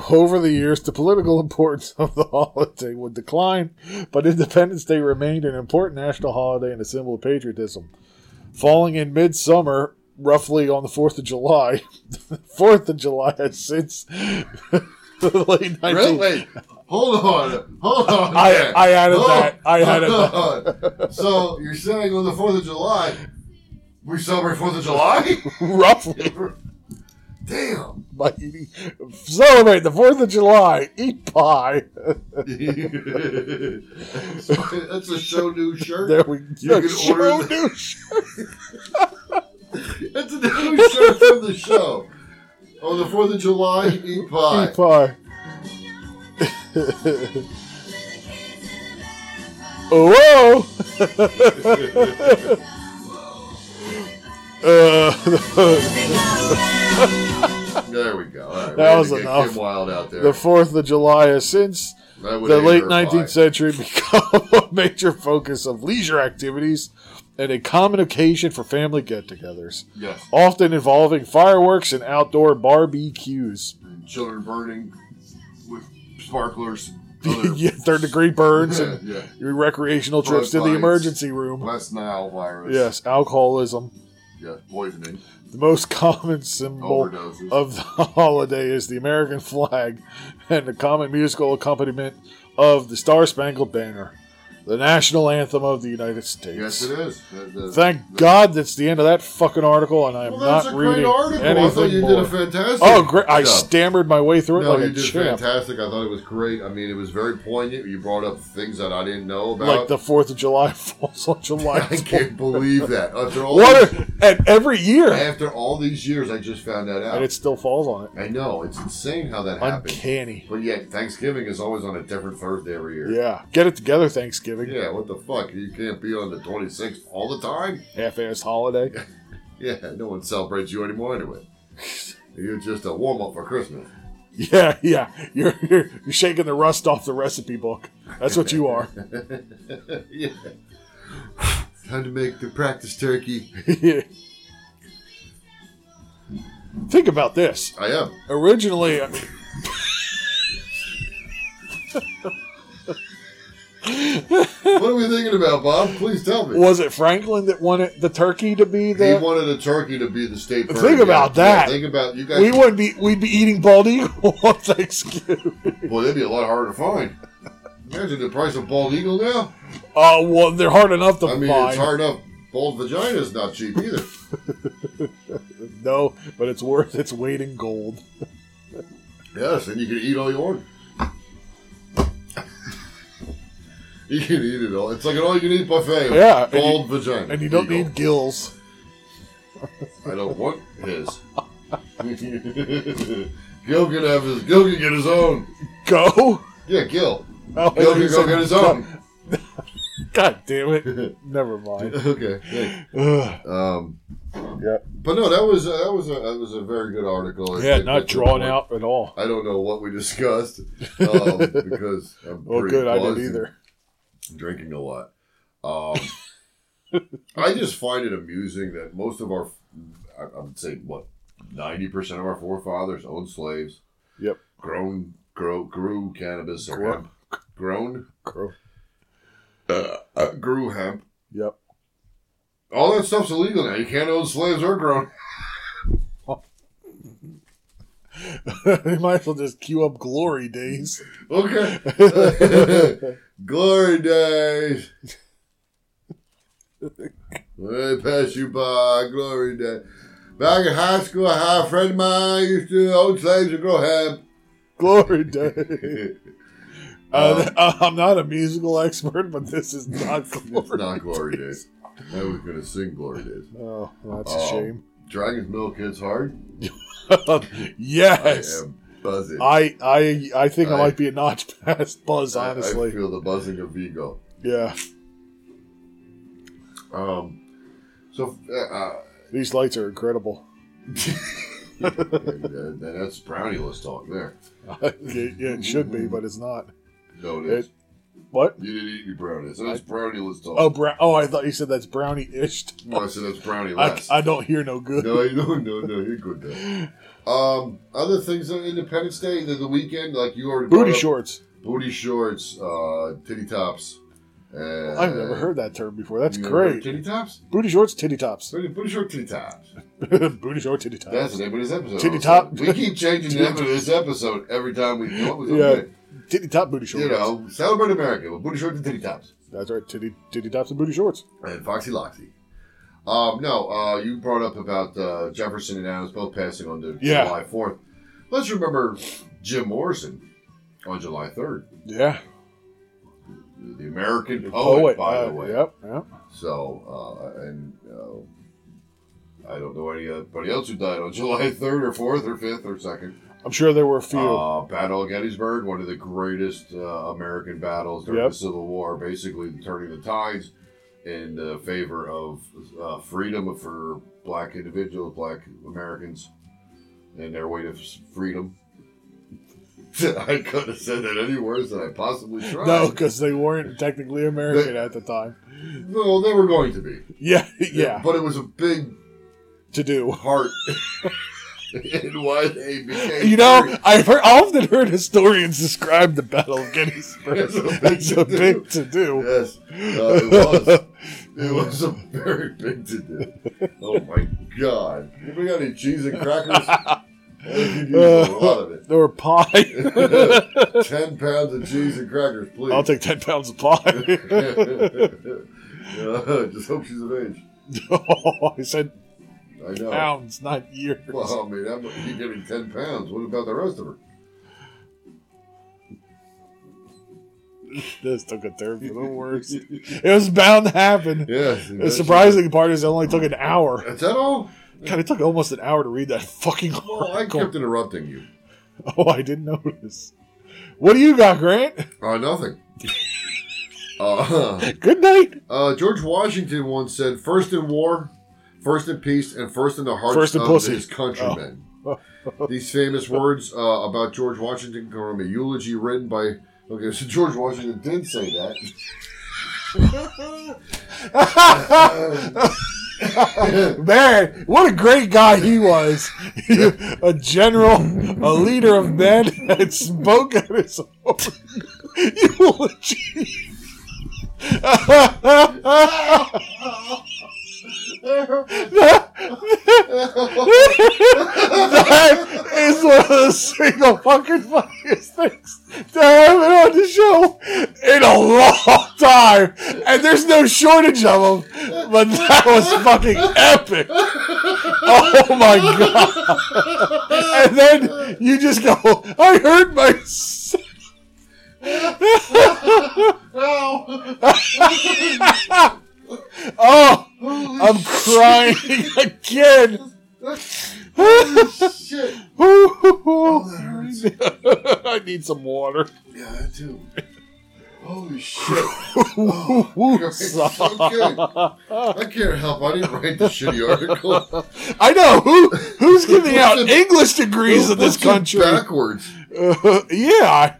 S1: Over the years, the political *laughs* importance of the holiday would decline, but Independence Day remained an important national holiday and a symbol of patriotism. Falling in midsummer, roughly on the 4th of July, *laughs* the 4th of July has since *laughs* the late 19th.
S4: Really? Wait, hold on, hold on.
S1: I-
S4: there.
S1: I added that. I added
S4: hold on. So you're saying on the Fourth of July, we celebrate Fourth of July?
S1: Roughly.
S4: Damn. *laughs*
S1: by eating. Celebrate the 4th of July. Eat pie. *laughs*
S4: That's a show new shirt.
S1: There we
S4: You
S1: go.
S4: can
S1: Show
S4: order
S1: new shirt.
S4: That's a new shirt from the show. On the 4th of July, eat pie.
S1: Eat pie. Oh, Whoa! *laughs* uh, *laughs*
S4: There we go. All right,
S1: That
S4: we
S1: was
S4: had to get
S1: enough.
S4: Kim Wild out there.
S1: the 4th of July has since
S4: I would
S1: the
S4: hate
S1: late
S4: her
S1: 19th
S4: pie.
S1: century *laughs* become a major focus of leisure activities and a common occasion for family get togethers,
S4: Yes.
S1: often involving fireworks and outdoor barbecues. *laughs*
S4: Children burning with
S1: *laughs*
S4: sparklers. other-
S1: Yeah, Third degree burns
S4: *laughs* yeah,
S1: and
S4: yeah.
S1: your recreational trips to the
S4: Floodlights.
S1: emergency room.
S4: West Nile virus.
S1: Yes, alcoholism.
S4: Yeah, poisoning.
S1: The most *laughs* common symbol
S4: Overdoses.
S1: of the *laughs* holiday is the American flag and the common musical accompaniment of the Star Spangled Banner, the national anthem of the United States.
S4: Yes, it is. The- the-
S1: Thank God that's the end of that fucking article, and I'm
S4: Well, that's
S1: not
S4: a
S1: reading
S4: great article.
S1: anything
S4: I thought you
S1: more.
S4: did a fantastic.
S1: oh, great! I
S4: job.
S1: stammered my way through it
S4: No,
S1: like
S4: you
S1: a
S4: did
S1: champ,
S4: fantastic. I thought it was great. I mean, it was very poignant. You brought up things that I didn't know about.
S1: like the Fourth of July *laughs* falls on July.
S4: *laughs* I
S1: 4th.
S4: can't believe that. After all,
S1: What?
S4: these,
S1: A, and every year,
S4: after all these years, I just found that out.
S1: and it still falls on it.
S4: I know it's insane how that happened.
S1: Uncanny.
S4: But yet, Thanksgiving is always on a different Thursday every year.
S1: Yeah, get it together, Thanksgiving.
S4: Yeah, what the fuck? You can't be on the 26th all the time?
S1: Half-ass holiday. *laughs*
S4: Yeah, no one celebrates you anymore anyway. You're just a warm up for Christmas.
S1: Yeah, yeah. You're, you're you're shaking the rust off the recipe book. That's what you are. *laughs*
S4: yeah. Time to make the practice turkey.
S1: Think about this.
S4: I am.
S1: Originally, uh, I
S4: What are we thinking about, Bob? Please tell me.
S1: was it Franklin that wanted the turkey to be the?
S4: he wanted a turkey to be the state bird.
S1: Think about that.
S4: think about you guys.
S1: we wouldn't be. We'd be eating bald eagle *laughs* on Thanksgiving.
S4: Boy, that'd be a lot harder to find. Imagine the price of bald eagle now.
S1: Uh, well, they're hard enough to
S4: I mean,
S1: find.
S4: it's hard enough. Bald vagina is not cheap either.
S1: No, but it's worth its weight in gold.
S4: Yes, and you can eat all you want. you can eat it all. It's like an all-you-can-eat buffet. of
S1: Yeah, and
S4: bald vagina,
S1: And you don't
S4: eagle.
S1: need gills.
S4: I don't want his. *laughs* Gil can have his. Gil can get his own.
S1: Go.
S4: Yeah, Gil.
S1: Oh,
S4: Gil
S1: you
S4: can go
S1: said
S4: get his
S1: go.
S4: own.
S1: God damn
S4: *laughs*
S1: it. Never mind.
S4: okay. thanks.
S1: Ugh.
S4: Um.
S1: Yeah.
S4: But no, that was that was a that was a very good article. It-
S1: Yeah,
S4: it-
S1: not
S4: it-
S1: drawn out at all.
S4: I don't know what we
S1: *laughs*
S4: discussed um, because I'm
S1: Well,
S4: pretty
S1: good. I
S4: buzzed
S1: didn't
S4: and
S1: either.
S4: Drinking a lot.
S1: *laughs*
S4: Um, I just find it amusing that most of our, I, I would say, what ninety percent of our forefathers owned slaves.
S1: Yep.
S4: Grown, grow, grew cannabis or
S1: Grow-
S4: hemp. Grown,
S1: Grow.
S4: uh, grew hemp.
S1: Yep.
S4: All that stuff's illegal now. You can't own slaves or *laughs* grown.
S1: *laughs* we might as well just queue up glory
S4: *laughs*
S1: days. *laughs*
S4: Okay. *laughs* Glory days. When I pass you by, glory day. Back in high school, I had a friend of mine used to own slaves and grow hemp. *laughs*
S1: Glory days. Uh, th- I'm not a musical expert, but this is not
S4: *laughs* It's
S1: glory.
S4: not glory days. I was going to sing glory days.
S1: Oh, that's
S4: Oh.
S1: a shame. *laughs*
S4: Dragon's Milk hits hard.
S1: yes.
S4: I am buzzing.
S1: I I I think I,
S4: I-
S1: might be a notch *laughs* past Buzz,
S4: I-
S1: honestly.
S4: I feel the buzzing of Vigo.
S1: yeah,
S4: Um, so, uh, *laughs*
S1: these lights are incredible. *laughs*
S4: uh, that's brownie list talk there.
S1: it, yeah, it should be, but it's not.
S4: No, it is.
S1: It- What?
S4: You didn't eat me brownies. That's brownie less talk.
S1: Oh, brown. Oh, I thought you said that's brownie ish.
S4: I said that's brownie
S1: I,
S4: less.
S1: I don't hear no good.
S4: no, no, no, no. You're good though. Um, other things on Independence Day, the, the weekend, like you already brought
S1: Booty
S4: up,
S1: shorts.
S4: booty shorts, uh, titty tops. And uh,
S1: I've never heard that term before. That's
S4: You never heard
S1: great.
S4: Titty tops.
S1: Booty shorts, titty tops. *laughs*
S4: Booty, booty short titty tops.
S1: Booty short, titty tops.
S4: That's the name of this episode.
S1: Titty
S4: also.
S1: top.
S4: We keep changing the name of this episode every time we do it. was
S1: Yeah.
S4: okay.
S1: Titty top booty shorts.
S4: You know, celebrate America with booty shorts and titty tops
S1: That's right. Titty titty tops and booty shorts.
S4: and Foxy Loxy. Um, no, uh, you brought up about uh, Jefferson and Adams both passing on the
S1: Yeah.
S4: July 4th. Let's remember Jim Morrison on July 3rd,
S1: Yeah.
S4: the American poet, Oh, by
S1: uh,
S4: the way.
S1: Yep. Yep.
S4: So, uh, and uh, I don't know anybody else who died on *laughs* July 3rd or 4th or 5th or 2nd.
S1: I'm sure there were a few.
S4: Uh, Battle of Gettysburg, one of the greatest uh, American battles during
S1: Yep.
S4: the Civil War, basically turning the tides in uh, favor of uh, freedom for black individuals, black Americans, and their way to s- freedom. *laughs* I couldn't have said that any worse than I possibly tried.
S1: no, because they weren't technically American at the time. *laughs*
S4: no, they were going to be.
S1: Yeah. Yeah.
S4: But it was a big
S1: to do.
S4: part *laughs* in why they became.
S1: You know,
S4: very-
S1: I've heard, I often heard historians describe the Battle of *laughs*
S4: *laughs*
S1: Gettysburg
S4: It's a big
S1: as a
S4: to-do.
S1: big to do. *laughs*
S4: Yes, uh, it was. It was a very big to do. Oh my god! Anybody got any cheese and crackers? I could use a lot of it.
S1: Or pie. *laughs*
S4: *laughs* Ten pounds of cheese and crackers, please.
S1: I'll
S4: *laughs*
S1: take 10 pounds of pie.
S4: Uh, just hope she's of age.
S1: *laughs* oh, I said
S4: I know.
S1: pounds, not years.
S4: Well, I mean, I'm, you're getting ten pounds. What about the rest of her?
S1: *laughs* This took a turn for the worst.
S4: *laughs*
S1: it was bound to happen.
S4: Yes.
S1: The surprising part is it only took an hour.
S4: Is that all?
S1: God, it took almost an hour to read that fucking
S4: Well, I
S1: article.
S4: kept interrupting you.
S1: *laughs* oh, I didn't notice. What do you got, Grant?
S4: Uh, nothing. uh,
S1: *laughs* Good night.
S4: Uh, George Washington once said, first in war, first in peace, and first in the hearts
S1: First in
S4: of
S1: pussy." Oh.
S4: his countrymen.
S1: *laughs*
S4: These famous words uh, about George Washington come from a eulogy written by. Okay, *laughs* so George Washington did say that.
S1: *laughs* *laughs* Man, what a great guy he was. *laughs* a general, a leader of men, and spoke at his own *laughs* eulogy. *laughs* *laughs* that is one of the single fucking funniest things to have it on the show in a long time. And there's no shortage of them, but that was fucking epic. Oh my god. And then you just go, I heard myself. *laughs* oh, I'm crying *laughs* again. *laughs*
S4: Shit.
S1: I need some *laughs* water.
S4: Yeah, I do.
S1: *laughs*
S4: Holy shit. It's so
S1: I *laughs*
S4: good. I can't help. I didn't write the shitty
S1: *laughs*
S4: article.
S1: know who who's giving out
S4: What's it-
S1: English degrees in this
S4: Puts it
S1: country. *laughs*
S4: Backwards.
S1: Uh, yeah, I-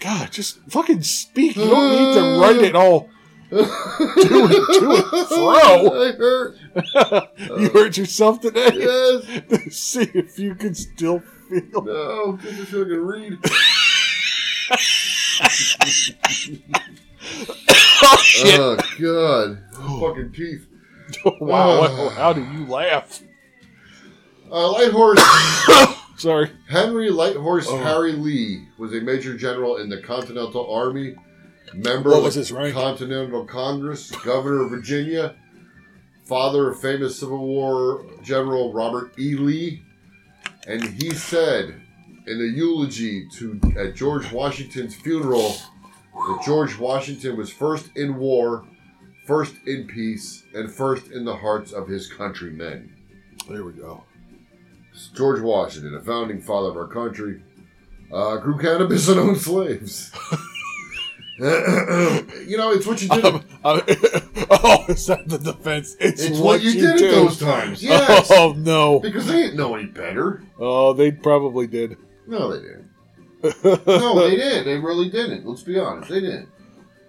S1: God, just fucking speak. You don't need to write it *laughs* all. Do it, do it, fro.
S4: I heard.
S1: You hurt yourself today. *laughs*
S4: Yes.
S1: See if you can still feel.
S4: No. Get the fucking read.
S1: Oh shit!
S4: Oh
S1: *sighs*
S4: god. fucking teeth.
S1: *laughs* wow,
S4: uh.
S1: wow, how do you laugh?
S4: Uh, Lighthorse.
S1: Sorry.
S4: *coughs* Henry Lighthorse
S1: Oh.
S4: Harry Lee was a major general in the Continental Army, member
S1: What
S4: of
S1: was
S4: the
S1: his rank?
S4: Continental Congress, governor of Virginia, father of famous Civil War General Robert E. Lee, and he said in a eulogy to at George Washington's funeral that George Washington was first in war, first in peace, and first in the hearts of his countrymen.
S1: There we go.
S4: George Washington, a founding father of our country, uh, grew cannabis *laughs* and owned slaves. you know, it's what you
S1: *laughs*
S4: did.
S1: oh, is that the defense? Um, It's,
S4: it's what, you, did
S1: do.
S4: at those
S1: *laughs*
S4: times. Yes,
S1: Oh no.
S4: because they didn't know any better.
S1: Oh, they probably did. *laughs*
S4: No, they didn't. no, they didn't. They really didn't. Let's be honest, they didn't.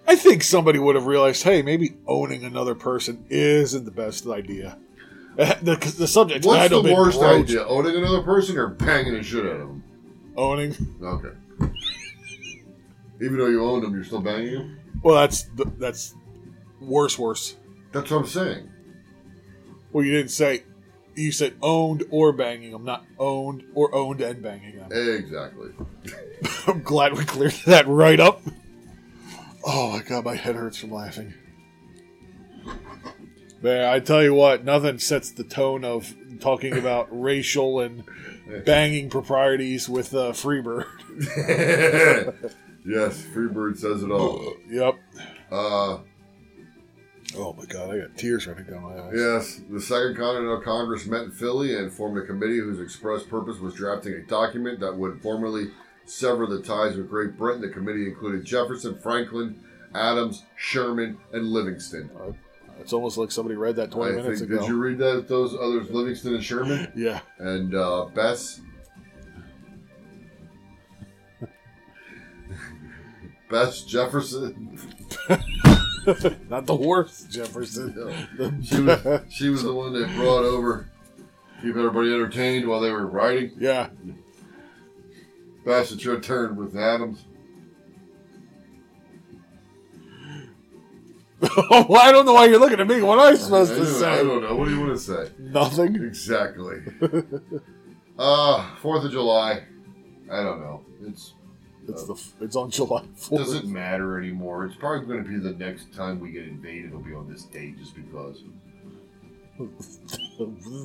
S1: I think somebody would have realized, hey, maybe owning another person isn't the best idea. *laughs* The, 'cause the subject
S4: What's
S1: had
S4: the
S1: been
S4: worst
S1: broached.
S4: idea? Owning another person or banging the shit out of them?
S1: Owning.
S4: Okay. Even though you owned them, you're still banging them.
S1: Well, that's the, that's worse, worse.
S4: That's what I'm saying.
S1: Well, you didn't say. You said owned or banging them, not owned or owned and banging them.
S4: Exactly. *laughs*
S1: I'm glad we cleared that right up. Oh my god, my head hurts from laughing. Man, I tell you what, nothing sets the tone of talking about racial and banging proprieties with uh, Freebird.
S4: yes, Freebird says it all.
S1: Yep.
S4: Uh,
S1: Oh my god, I got tears running down my eyes.
S4: yes, the Second Continental Congress met in Philly and formed a committee whose express purpose was drafting a document that would formally sever the ties with Great Britain. The committee included Jefferson, Franklin, Adams, Sherman, and Livingston.
S1: It's almost like somebody read that 20
S4: I
S1: minutes
S4: think-
S1: ago.
S4: Did you read that? Those others, Livingston and Sherman,
S1: Yeah.
S4: and uh, Bess. *laughs* Bess Jefferson.
S1: Not the worst, Jefferson.
S4: She was, she was the one that brought over, keep everybody entertained while they were riding.
S1: *laughs* Yeah. *laughs*
S4: Bess, it's your turn with Adams.
S1: well, I don't know why you're looking at me. What am I supposed
S4: I
S1: to
S4: don't- I
S1: say?
S4: don't know. What do you want
S1: *laughs*
S4: to say?
S1: Nothing.
S4: Exactly. uh, Fourth of July. I don't know. It's
S1: It's the it's on July 4th.
S4: doesn't matter anymore. It's probably going to be the next time we get invaded. It'll be on this day, just because.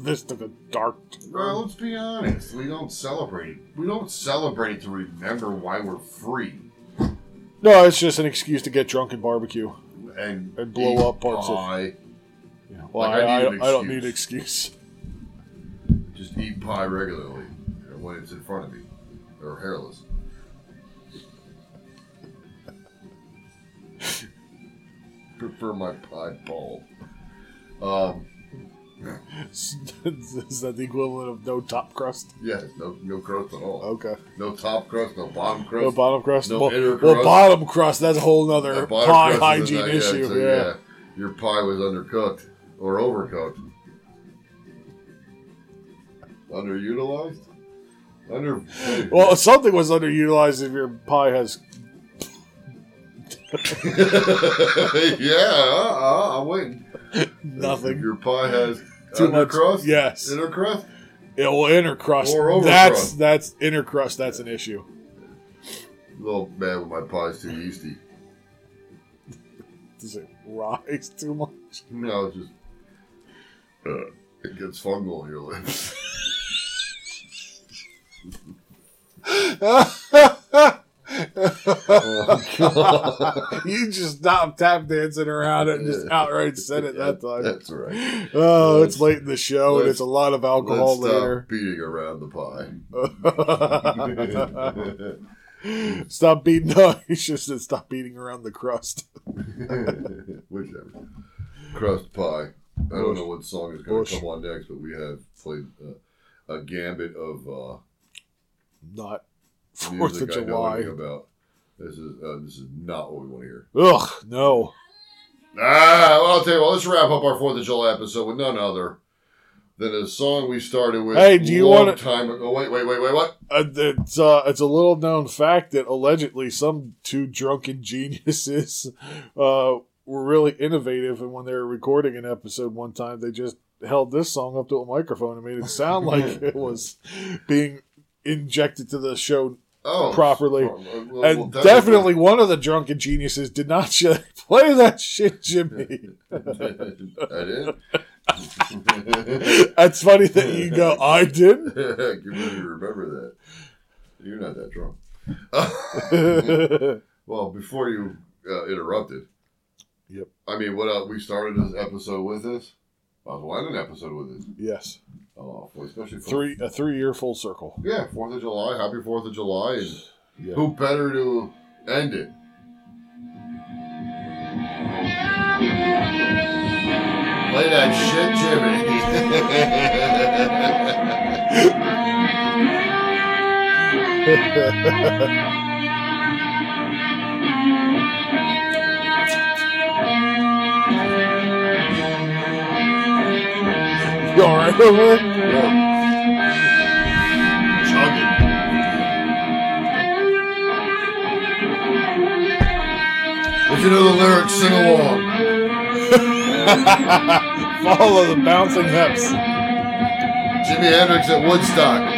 S1: this took a dark
S4: Well, let's be honest. We don't celebrate. We don't celebrate to remember why we're free
S1: No, it's just an excuse to get drunk and barbecue.
S4: and,
S1: And blow
S4: eat
S1: up parts of-
S4: pie.
S1: Well, I,
S4: Like,
S1: I,
S4: I need an
S1: I don't need an excuse.
S4: Just eat pie regularly uh, when it's in front of me or hairless. *laughs* Prefer my pie bald. Um,
S1: *laughs* Is that the equivalent of no top crust?
S4: yeah, no, no crust at all.
S1: Okay.
S4: No top crust, no bottom crust.
S1: No bottom crust.
S4: No
S1: well,
S4: inner
S1: well,
S4: crust.
S1: bottom crust. That's a whole nother
S4: The bottom
S1: pie
S4: crust
S1: hygiene
S4: is not- yeah,
S1: issue.
S4: so,
S1: yeah.
S4: your pie was undercooked or overcooked, underutilized,
S1: *laughs*
S4: under. *laughs*
S1: Well, something was underutilized if your pie has.
S4: yeah, uh, uh, I'm waiting.
S1: Nothing.
S4: Your pie has
S1: Too
S4: under
S1: much-
S4: crust.
S1: yes.
S4: inner crust.
S1: Yeah, well, inner crust.
S4: Or over
S1: that's
S4: crust.
S1: that's inner crust. That's an issue.
S4: Little man, my pie's too yeasty.
S1: Does it rise too much? *laughs*
S4: No, it's just uh, it gets fungal on your lips.
S1: you just stopped tap dancing around it and just outright said it
S4: *laughs*
S1: that time.
S4: That's right.
S1: Oh, it's late in the show and
S4: let's-
S1: it's a lot of alcohol
S4: Let's stop
S1: later.
S4: beating around the pie. *laughs*
S1: *laughs* Stop beating. No, *laughs* you should have said stop beating around the crust.
S4: Whichever. Crust pie. I don't know what song is going
S1: Bush.
S4: to come on next, but we have played uh, a gambit of uh,
S1: Not Fourth
S4: music
S1: of
S4: I know
S1: July.
S4: anything about. This is uh, this is not what we want to hear.
S1: Ugh, no.
S4: Ah, well, I'll tell you what. Let's wrap up our Fourth of July episode with none other than a song we started with.
S1: Hey, do you
S4: long
S1: wanna-
S4: time ago? Oh, Wait, wait, wait, wait. What?
S1: Uh, it's uh, it's a little known fact that allegedly some two drunken geniuses *laughs* uh, were really innovative, and when they were recording an episode one time, they just held this song up to a microphone and made it sound
S4: *laughs*
S1: like it was being injected to the show
S4: Oh,
S1: Properly.
S4: well, well, well,
S1: and definitely one of the drunken geniuses did not *laughs* sh- play that shit, Jimmy.
S4: *laughs*
S1: *laughs*
S4: I did. *laughs*
S1: That's funny that you go, I didn't. *laughs*
S4: I can really remember that. You're not that drunk. *laughs* well, before you uh, interrupted,
S1: Yep.
S4: I mean, what uh, we started this episode with this. I was wanting an episode with it.
S1: Yes,
S4: Oh, for- especially for,
S1: three a three year full circle. *laughs*
S4: Yeah, Fourth of July. Happy Fourth of July, and
S1: Yeah.
S4: who better to end it? Play that shit, Jimmy.
S1: You all right over there?
S4: Chug it. If you know the lyrics, sing along.
S1: Follow the bouncing hips.
S4: Jimi Hendrix at Woodstock.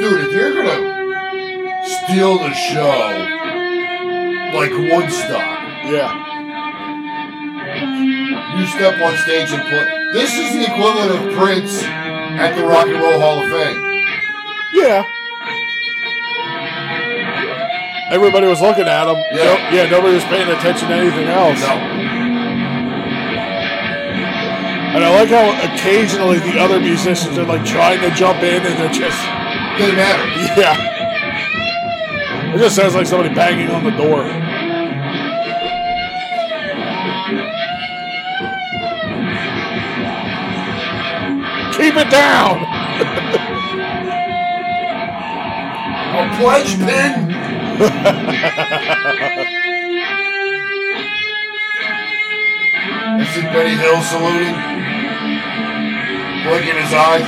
S4: Dude, if you're gonna steal the show like Woodstock,
S1: Yeah.
S4: you You step on stage and play. This is the equivalent of Prince at the Rock and Roll Hall of Fame.
S1: Yeah. Everybody was looking at him.
S4: Yep.
S1: No- yeah, nobody was paying attention to anything else.
S4: No.
S1: And I like how occasionally the other musicians are like trying to jump in and they're just,
S4: Didn't matter.
S1: yeah. It just sounds like somebody banging on the door. Keep it down! *laughs*
S4: A pledge pin? Is it Benny Hill saluting? Blinking his eyes?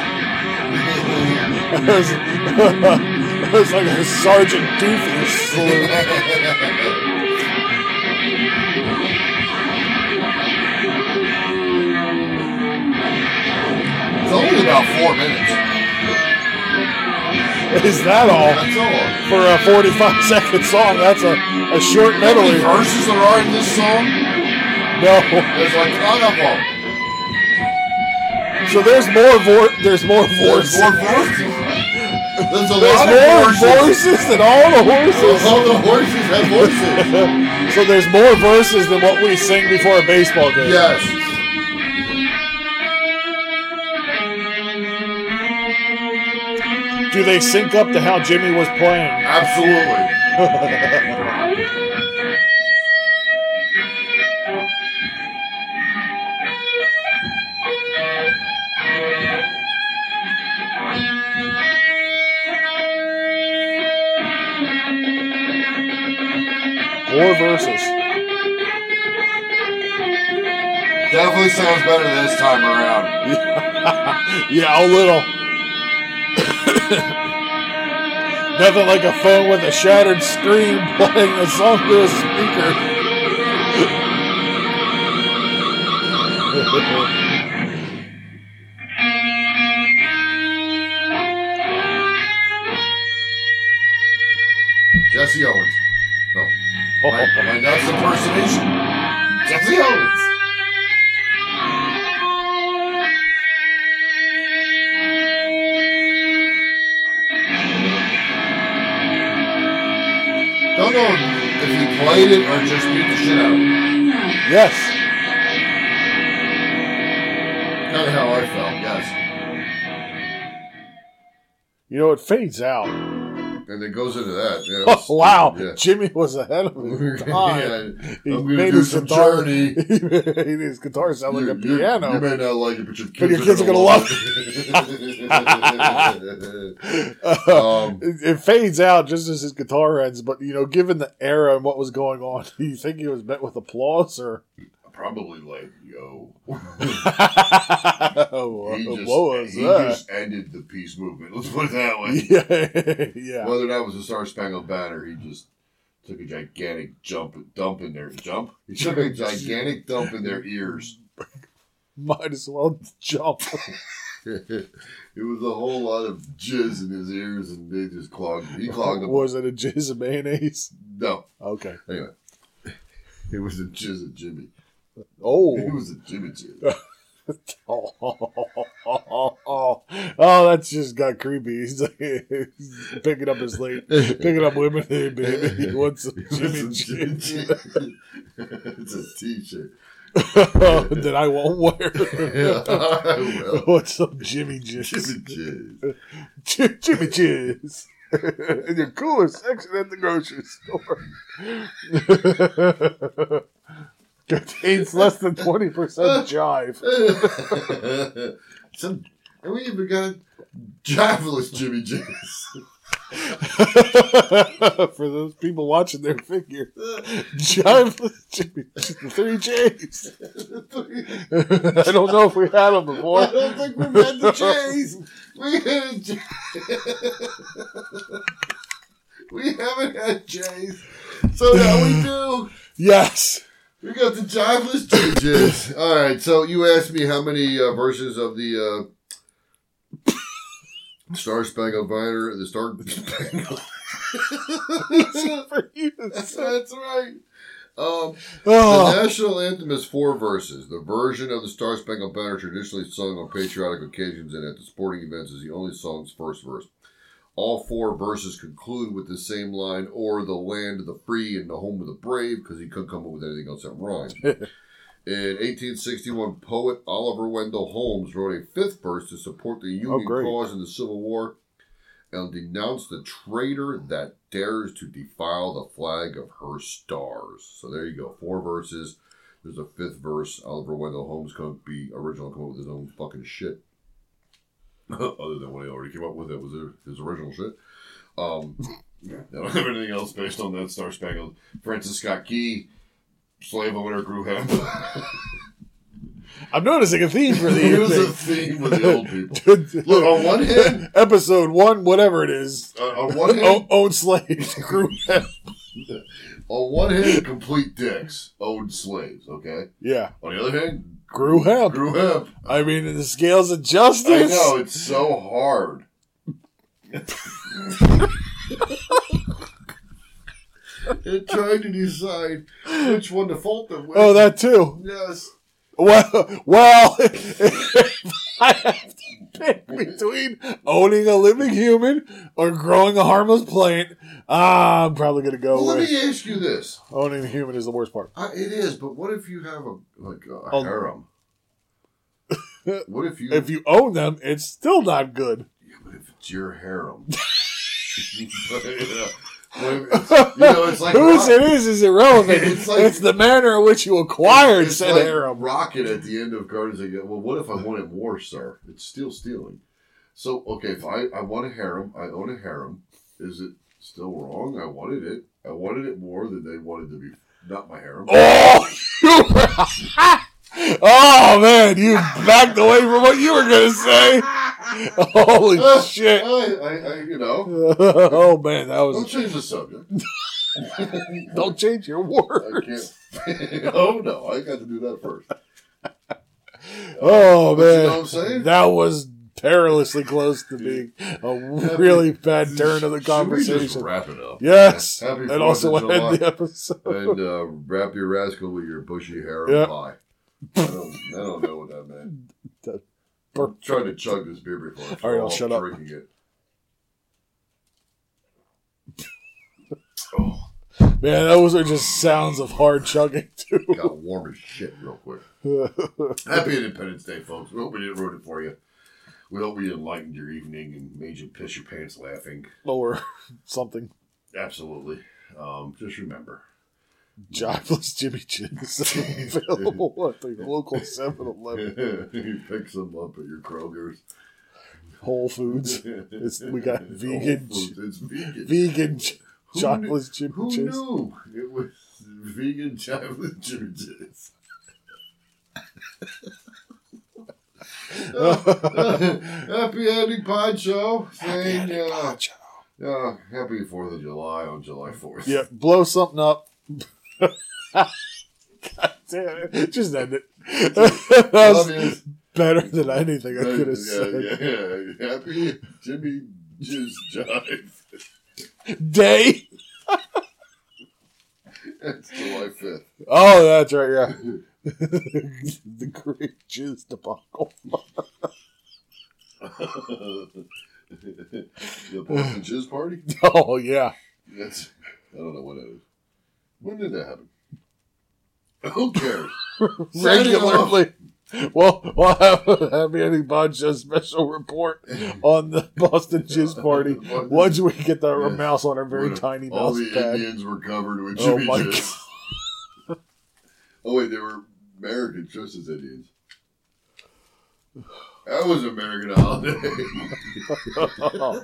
S1: It's like a Sergeant Doofy salute.
S4: It's only about four minutes.
S1: Is that all
S4: That's all.
S1: for a 45 *laughs* second song? That's a, a short
S4: How
S1: medley.
S4: many verses there are in this song?
S1: No.
S4: There's like none of them.
S1: So there's more vor- there's more
S4: There's
S1: voices.
S4: more verses. There's a
S1: There's
S4: lot
S1: more
S4: of verses.
S1: voices than all the horses.
S4: All the horses have voices.
S1: So there's more verses than what we sing before a baseball game.
S4: yes.
S1: Do they sync up to how Jimmy was playing?
S4: Absolutely.
S1: More verses.
S4: Definitely sounds better this time around.
S1: Yeah, a little. *laughs* Nothing like a phone with a shattered screen playing a song through a speaker.
S4: Jesse Owens. No. My, my nuts impersonation. Jesse Owens. Don't know if he played it or just beat the shit out of it.
S1: *laughs* Yes.
S4: Kind of how I felt, yes.
S1: You know, it fades out. *laughs*
S4: And it goes into that. Yeah,
S1: Oh, wow,
S4: Yeah.
S1: Jimmy was ahead of his time.
S4: *laughs* Yeah,
S1: He
S4: I'm gonna
S1: made
S4: do
S1: his
S4: some
S1: guitar.
S4: journey.
S1: *laughs* He made his guitar sound like a
S4: You- you- You,
S1: piano.
S4: may not like it, but your kids,
S1: your kids are gonna love
S4: it.
S1: *laughs*
S4: *laughs* um,
S1: It, it fades out just as his guitar ends. But you know, given the era and what was going on, *laughs* do you think he was met with applause or? *laughs*
S4: Um, probably like yo.
S1: oh,
S4: He just,
S1: what was
S4: he
S1: that?
S4: just ended the peace movement. Let's put it that way.
S1: Yeah, *laughs* yeah.
S4: Whether that was a Star Spangled Banner, he just took a gigantic jump dump in their jump. He
S1: *laughs*
S4: took a gigantic dump in their ears.
S1: Might as well jump.
S4: it was a whole lot of jizz in his ears, and they just clogged. He clogged them.
S1: was it a jizz of mayonnaise?
S4: No,
S1: Okay.
S4: anyway, it was a jizz of Jimmy.
S1: Oh.
S4: It was a Jimmy jizz.
S1: Oh, oh, oh, oh, *laughs* oh. Oh, that's just got creepy. He's like *laughs* he's picking up his late, picking up women. Hey, baby, he wants
S4: *laughs*
S1: some Jimmy
S4: Jimmy
S1: Jim's
S4: *laughs*
S1: *laughs*
S4: jizz. it's a T-shirt.
S1: that I won't wear.
S4: *laughs* Yeah, I will.
S1: *laughs* What's some Oh, Jimmy Jim's?
S4: Jimmy jizz.
S1: *laughs* Jimmy Jim's. *laughs* In your cooler section at the grocery *laughs* store. Contains less than 20% *laughs* jive.
S4: *laughs* Some, and we even got jiveless Jimmy *laughs* Jizz.
S1: For those people watching their figure, jiveless Jimmy, the three J's. *laughs* I don't know if we had them before.
S4: I don't think we've had the J's. We had J- *laughs* We haven't had J's. So now we do.
S1: Yes.
S4: We got the jiveless Jimmy Jizz. All right, so you asked me how many uh, verses of the uh, Star Spangled Banner, the Star *laughs* Spangled.
S1: *laughs* For you to
S4: That's,
S1: say.
S4: that's right. Um,
S1: Oh.
S4: The national anthem is four verses. The version of the Star Spangled Banner traditionally sung on patriotic occasions and at the sporting events is the only song's first verse. All four verses conclude with the same line, or the land of the free and the home of the brave, because he couldn't come up with anything else that rhymes. In 1861, poet Oliver Wendell Holmes wrote a fifth verse to support the Union
S1: great.
S4: cause in the Civil War and denounce the traitor that dares to defile the flag of her stars. So there you go, four verses. There's a fifth verse. Oliver Wendell Holmes couldn't be original, and come up with his own fucking shit. *laughs* Other than what he already came up with, that was his original shit. Um, *laughs* I don't have anything else based on that Star Spangled. Francis Scott Key, slave owner,
S1: *laughs*
S4: grew hemp. *laughs*
S1: I'm noticing a theme for the
S4: Here's a
S1: evening.
S4: theme with the old people. Look, on one hand,
S1: *laughs* episode one, whatever it is,
S4: on Uh, on
S1: *laughs*
S4: one hand,
S1: o- own slaves, *laughs* crew.
S4: on one hand, complete dicks owned slaves. Okay.
S1: yeah,
S4: On the other hand,
S1: grew hemp.
S4: grew hemp.
S1: I mean, in the scales of
S4: I
S1: justice,
S4: know it's
S1: *laughs*
S4: so hard. and trying to decide which one to fault them with.
S1: oh, that too.
S4: yes.
S1: Well, *laughs* well, if I have to pick between owning a living human or growing a harmless plant, ah, I'm probably gonna go
S4: Well, let
S1: with
S4: me ask you this:
S1: owning a human is the worst part.
S4: I, it is, but what if you have a like a
S1: Oh.
S4: harem? What if
S1: *laughs*
S4: you?
S1: If you own them, it's still not good.
S4: Yeah, but if it's your harem. *laughs* But, yeah. But if it's- you know,
S1: *laughs*
S4: it's like
S1: Whose
S4: rock-
S1: it is is irrelevant.
S4: It's
S1: it's,
S4: like-
S1: the manner in which you acquired
S4: It's
S1: said
S4: like
S1: harem.
S4: Rocket at the end of Guardians. Like, well, what if I want it more, sir? It's still stealing. So okay, if I I want a harem, I own a harem. Is it still wrong? I wanted it. I wanted it more than they wanted to be. Not my harem.
S1: Oh, *laughs* you were- *laughs* oh man, you backed away from what you were gonna say. Holy shit! *laughs*
S4: *laughs* I, I, I, you know,
S1: Oh man, that was
S4: don't change the subject.
S1: Don't change your
S4: I
S1: words.
S4: can't. *laughs* oh no, I got to do that first.
S1: Oh
S4: But you know what
S1: man,
S4: I'm saying?
S1: that was perilously close to being a really
S4: *laughs*
S1: bad turn of the
S4: Should we just
S1: conversation.
S4: wrap it up?
S1: Yes,
S4: Happy
S1: and
S4: Fourth
S1: also
S4: of July.
S1: end the episode.
S4: and uh, wrap your rascal with your bushy hair and
S1: Yeah.
S4: pie. I don't, I don't know what that meant.
S1: The
S4: I'm trying to chug this beer before I
S1: All right, I'll
S4: fall off
S1: shut up.
S4: drinking it. Oh,
S1: Man, those are just sounds of hard chugging too.
S4: got warm as shit
S1: *laughs*
S4: real quick. Happy Independence Day, folks. We hope we didn't ruin it for you. We hope we enlightened your evening and made you piss your pants laughing.
S1: or *laughs* something.
S4: Absolutely. Um, just remember,
S1: Jobless Jimmy Chins *laughs* available at the local
S4: *laughs*
S1: 7-Eleven,
S4: you pick some up at your Kroger's.
S1: Whole Foods. It's, we
S4: *laughs*
S1: got vegan,
S4: Whole Foods,
S1: ch-
S4: It's vegan.
S1: vegan ch-
S4: Who
S1: jobless
S4: knew-
S1: Jimmy
S4: Who
S1: Chins. *laughs*
S4: knew it was vegan
S1: *laughs*
S4: chocolate *laughs* churches? happy ending pod show. Saying, happy uh, uh, happy Fourth of July on July Fourth.
S1: Yeah, blow something up. God damn it. Just end it. *laughs* that
S4: Love
S1: was
S4: you.
S1: better than anything I could
S4: Yeah,
S1: have said.
S4: yeah, yeah. Happy Jimmy Jizz Jive. *laughs*
S1: Day?
S4: It's July Fifth. *laughs*
S1: Oh, that's right, yeah. *laughs* the great jizz debacle. *laughs*
S4: the Boston Jizz Party.
S1: Oh, yeah.
S4: That's I don't know what that is. When did that happen? Who cares? Signing off.
S1: Regularly. Well, we'll *laughs* have a Happy Ending Bond Show special report on
S4: *laughs*
S1: the Boston Jizz Party once we get the
S4: Yeah.
S1: mouse on our *laughs* very tiny
S4: All
S1: mouse
S4: the
S1: pad.
S4: Indians were covered with
S1: Oh
S4: Jimmy
S1: my
S4: Jizz. Oh wait, they were American just as Indians. That
S1: *laughs*
S4: *laughs* was American holiday.
S1: Oh,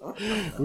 S1: my God.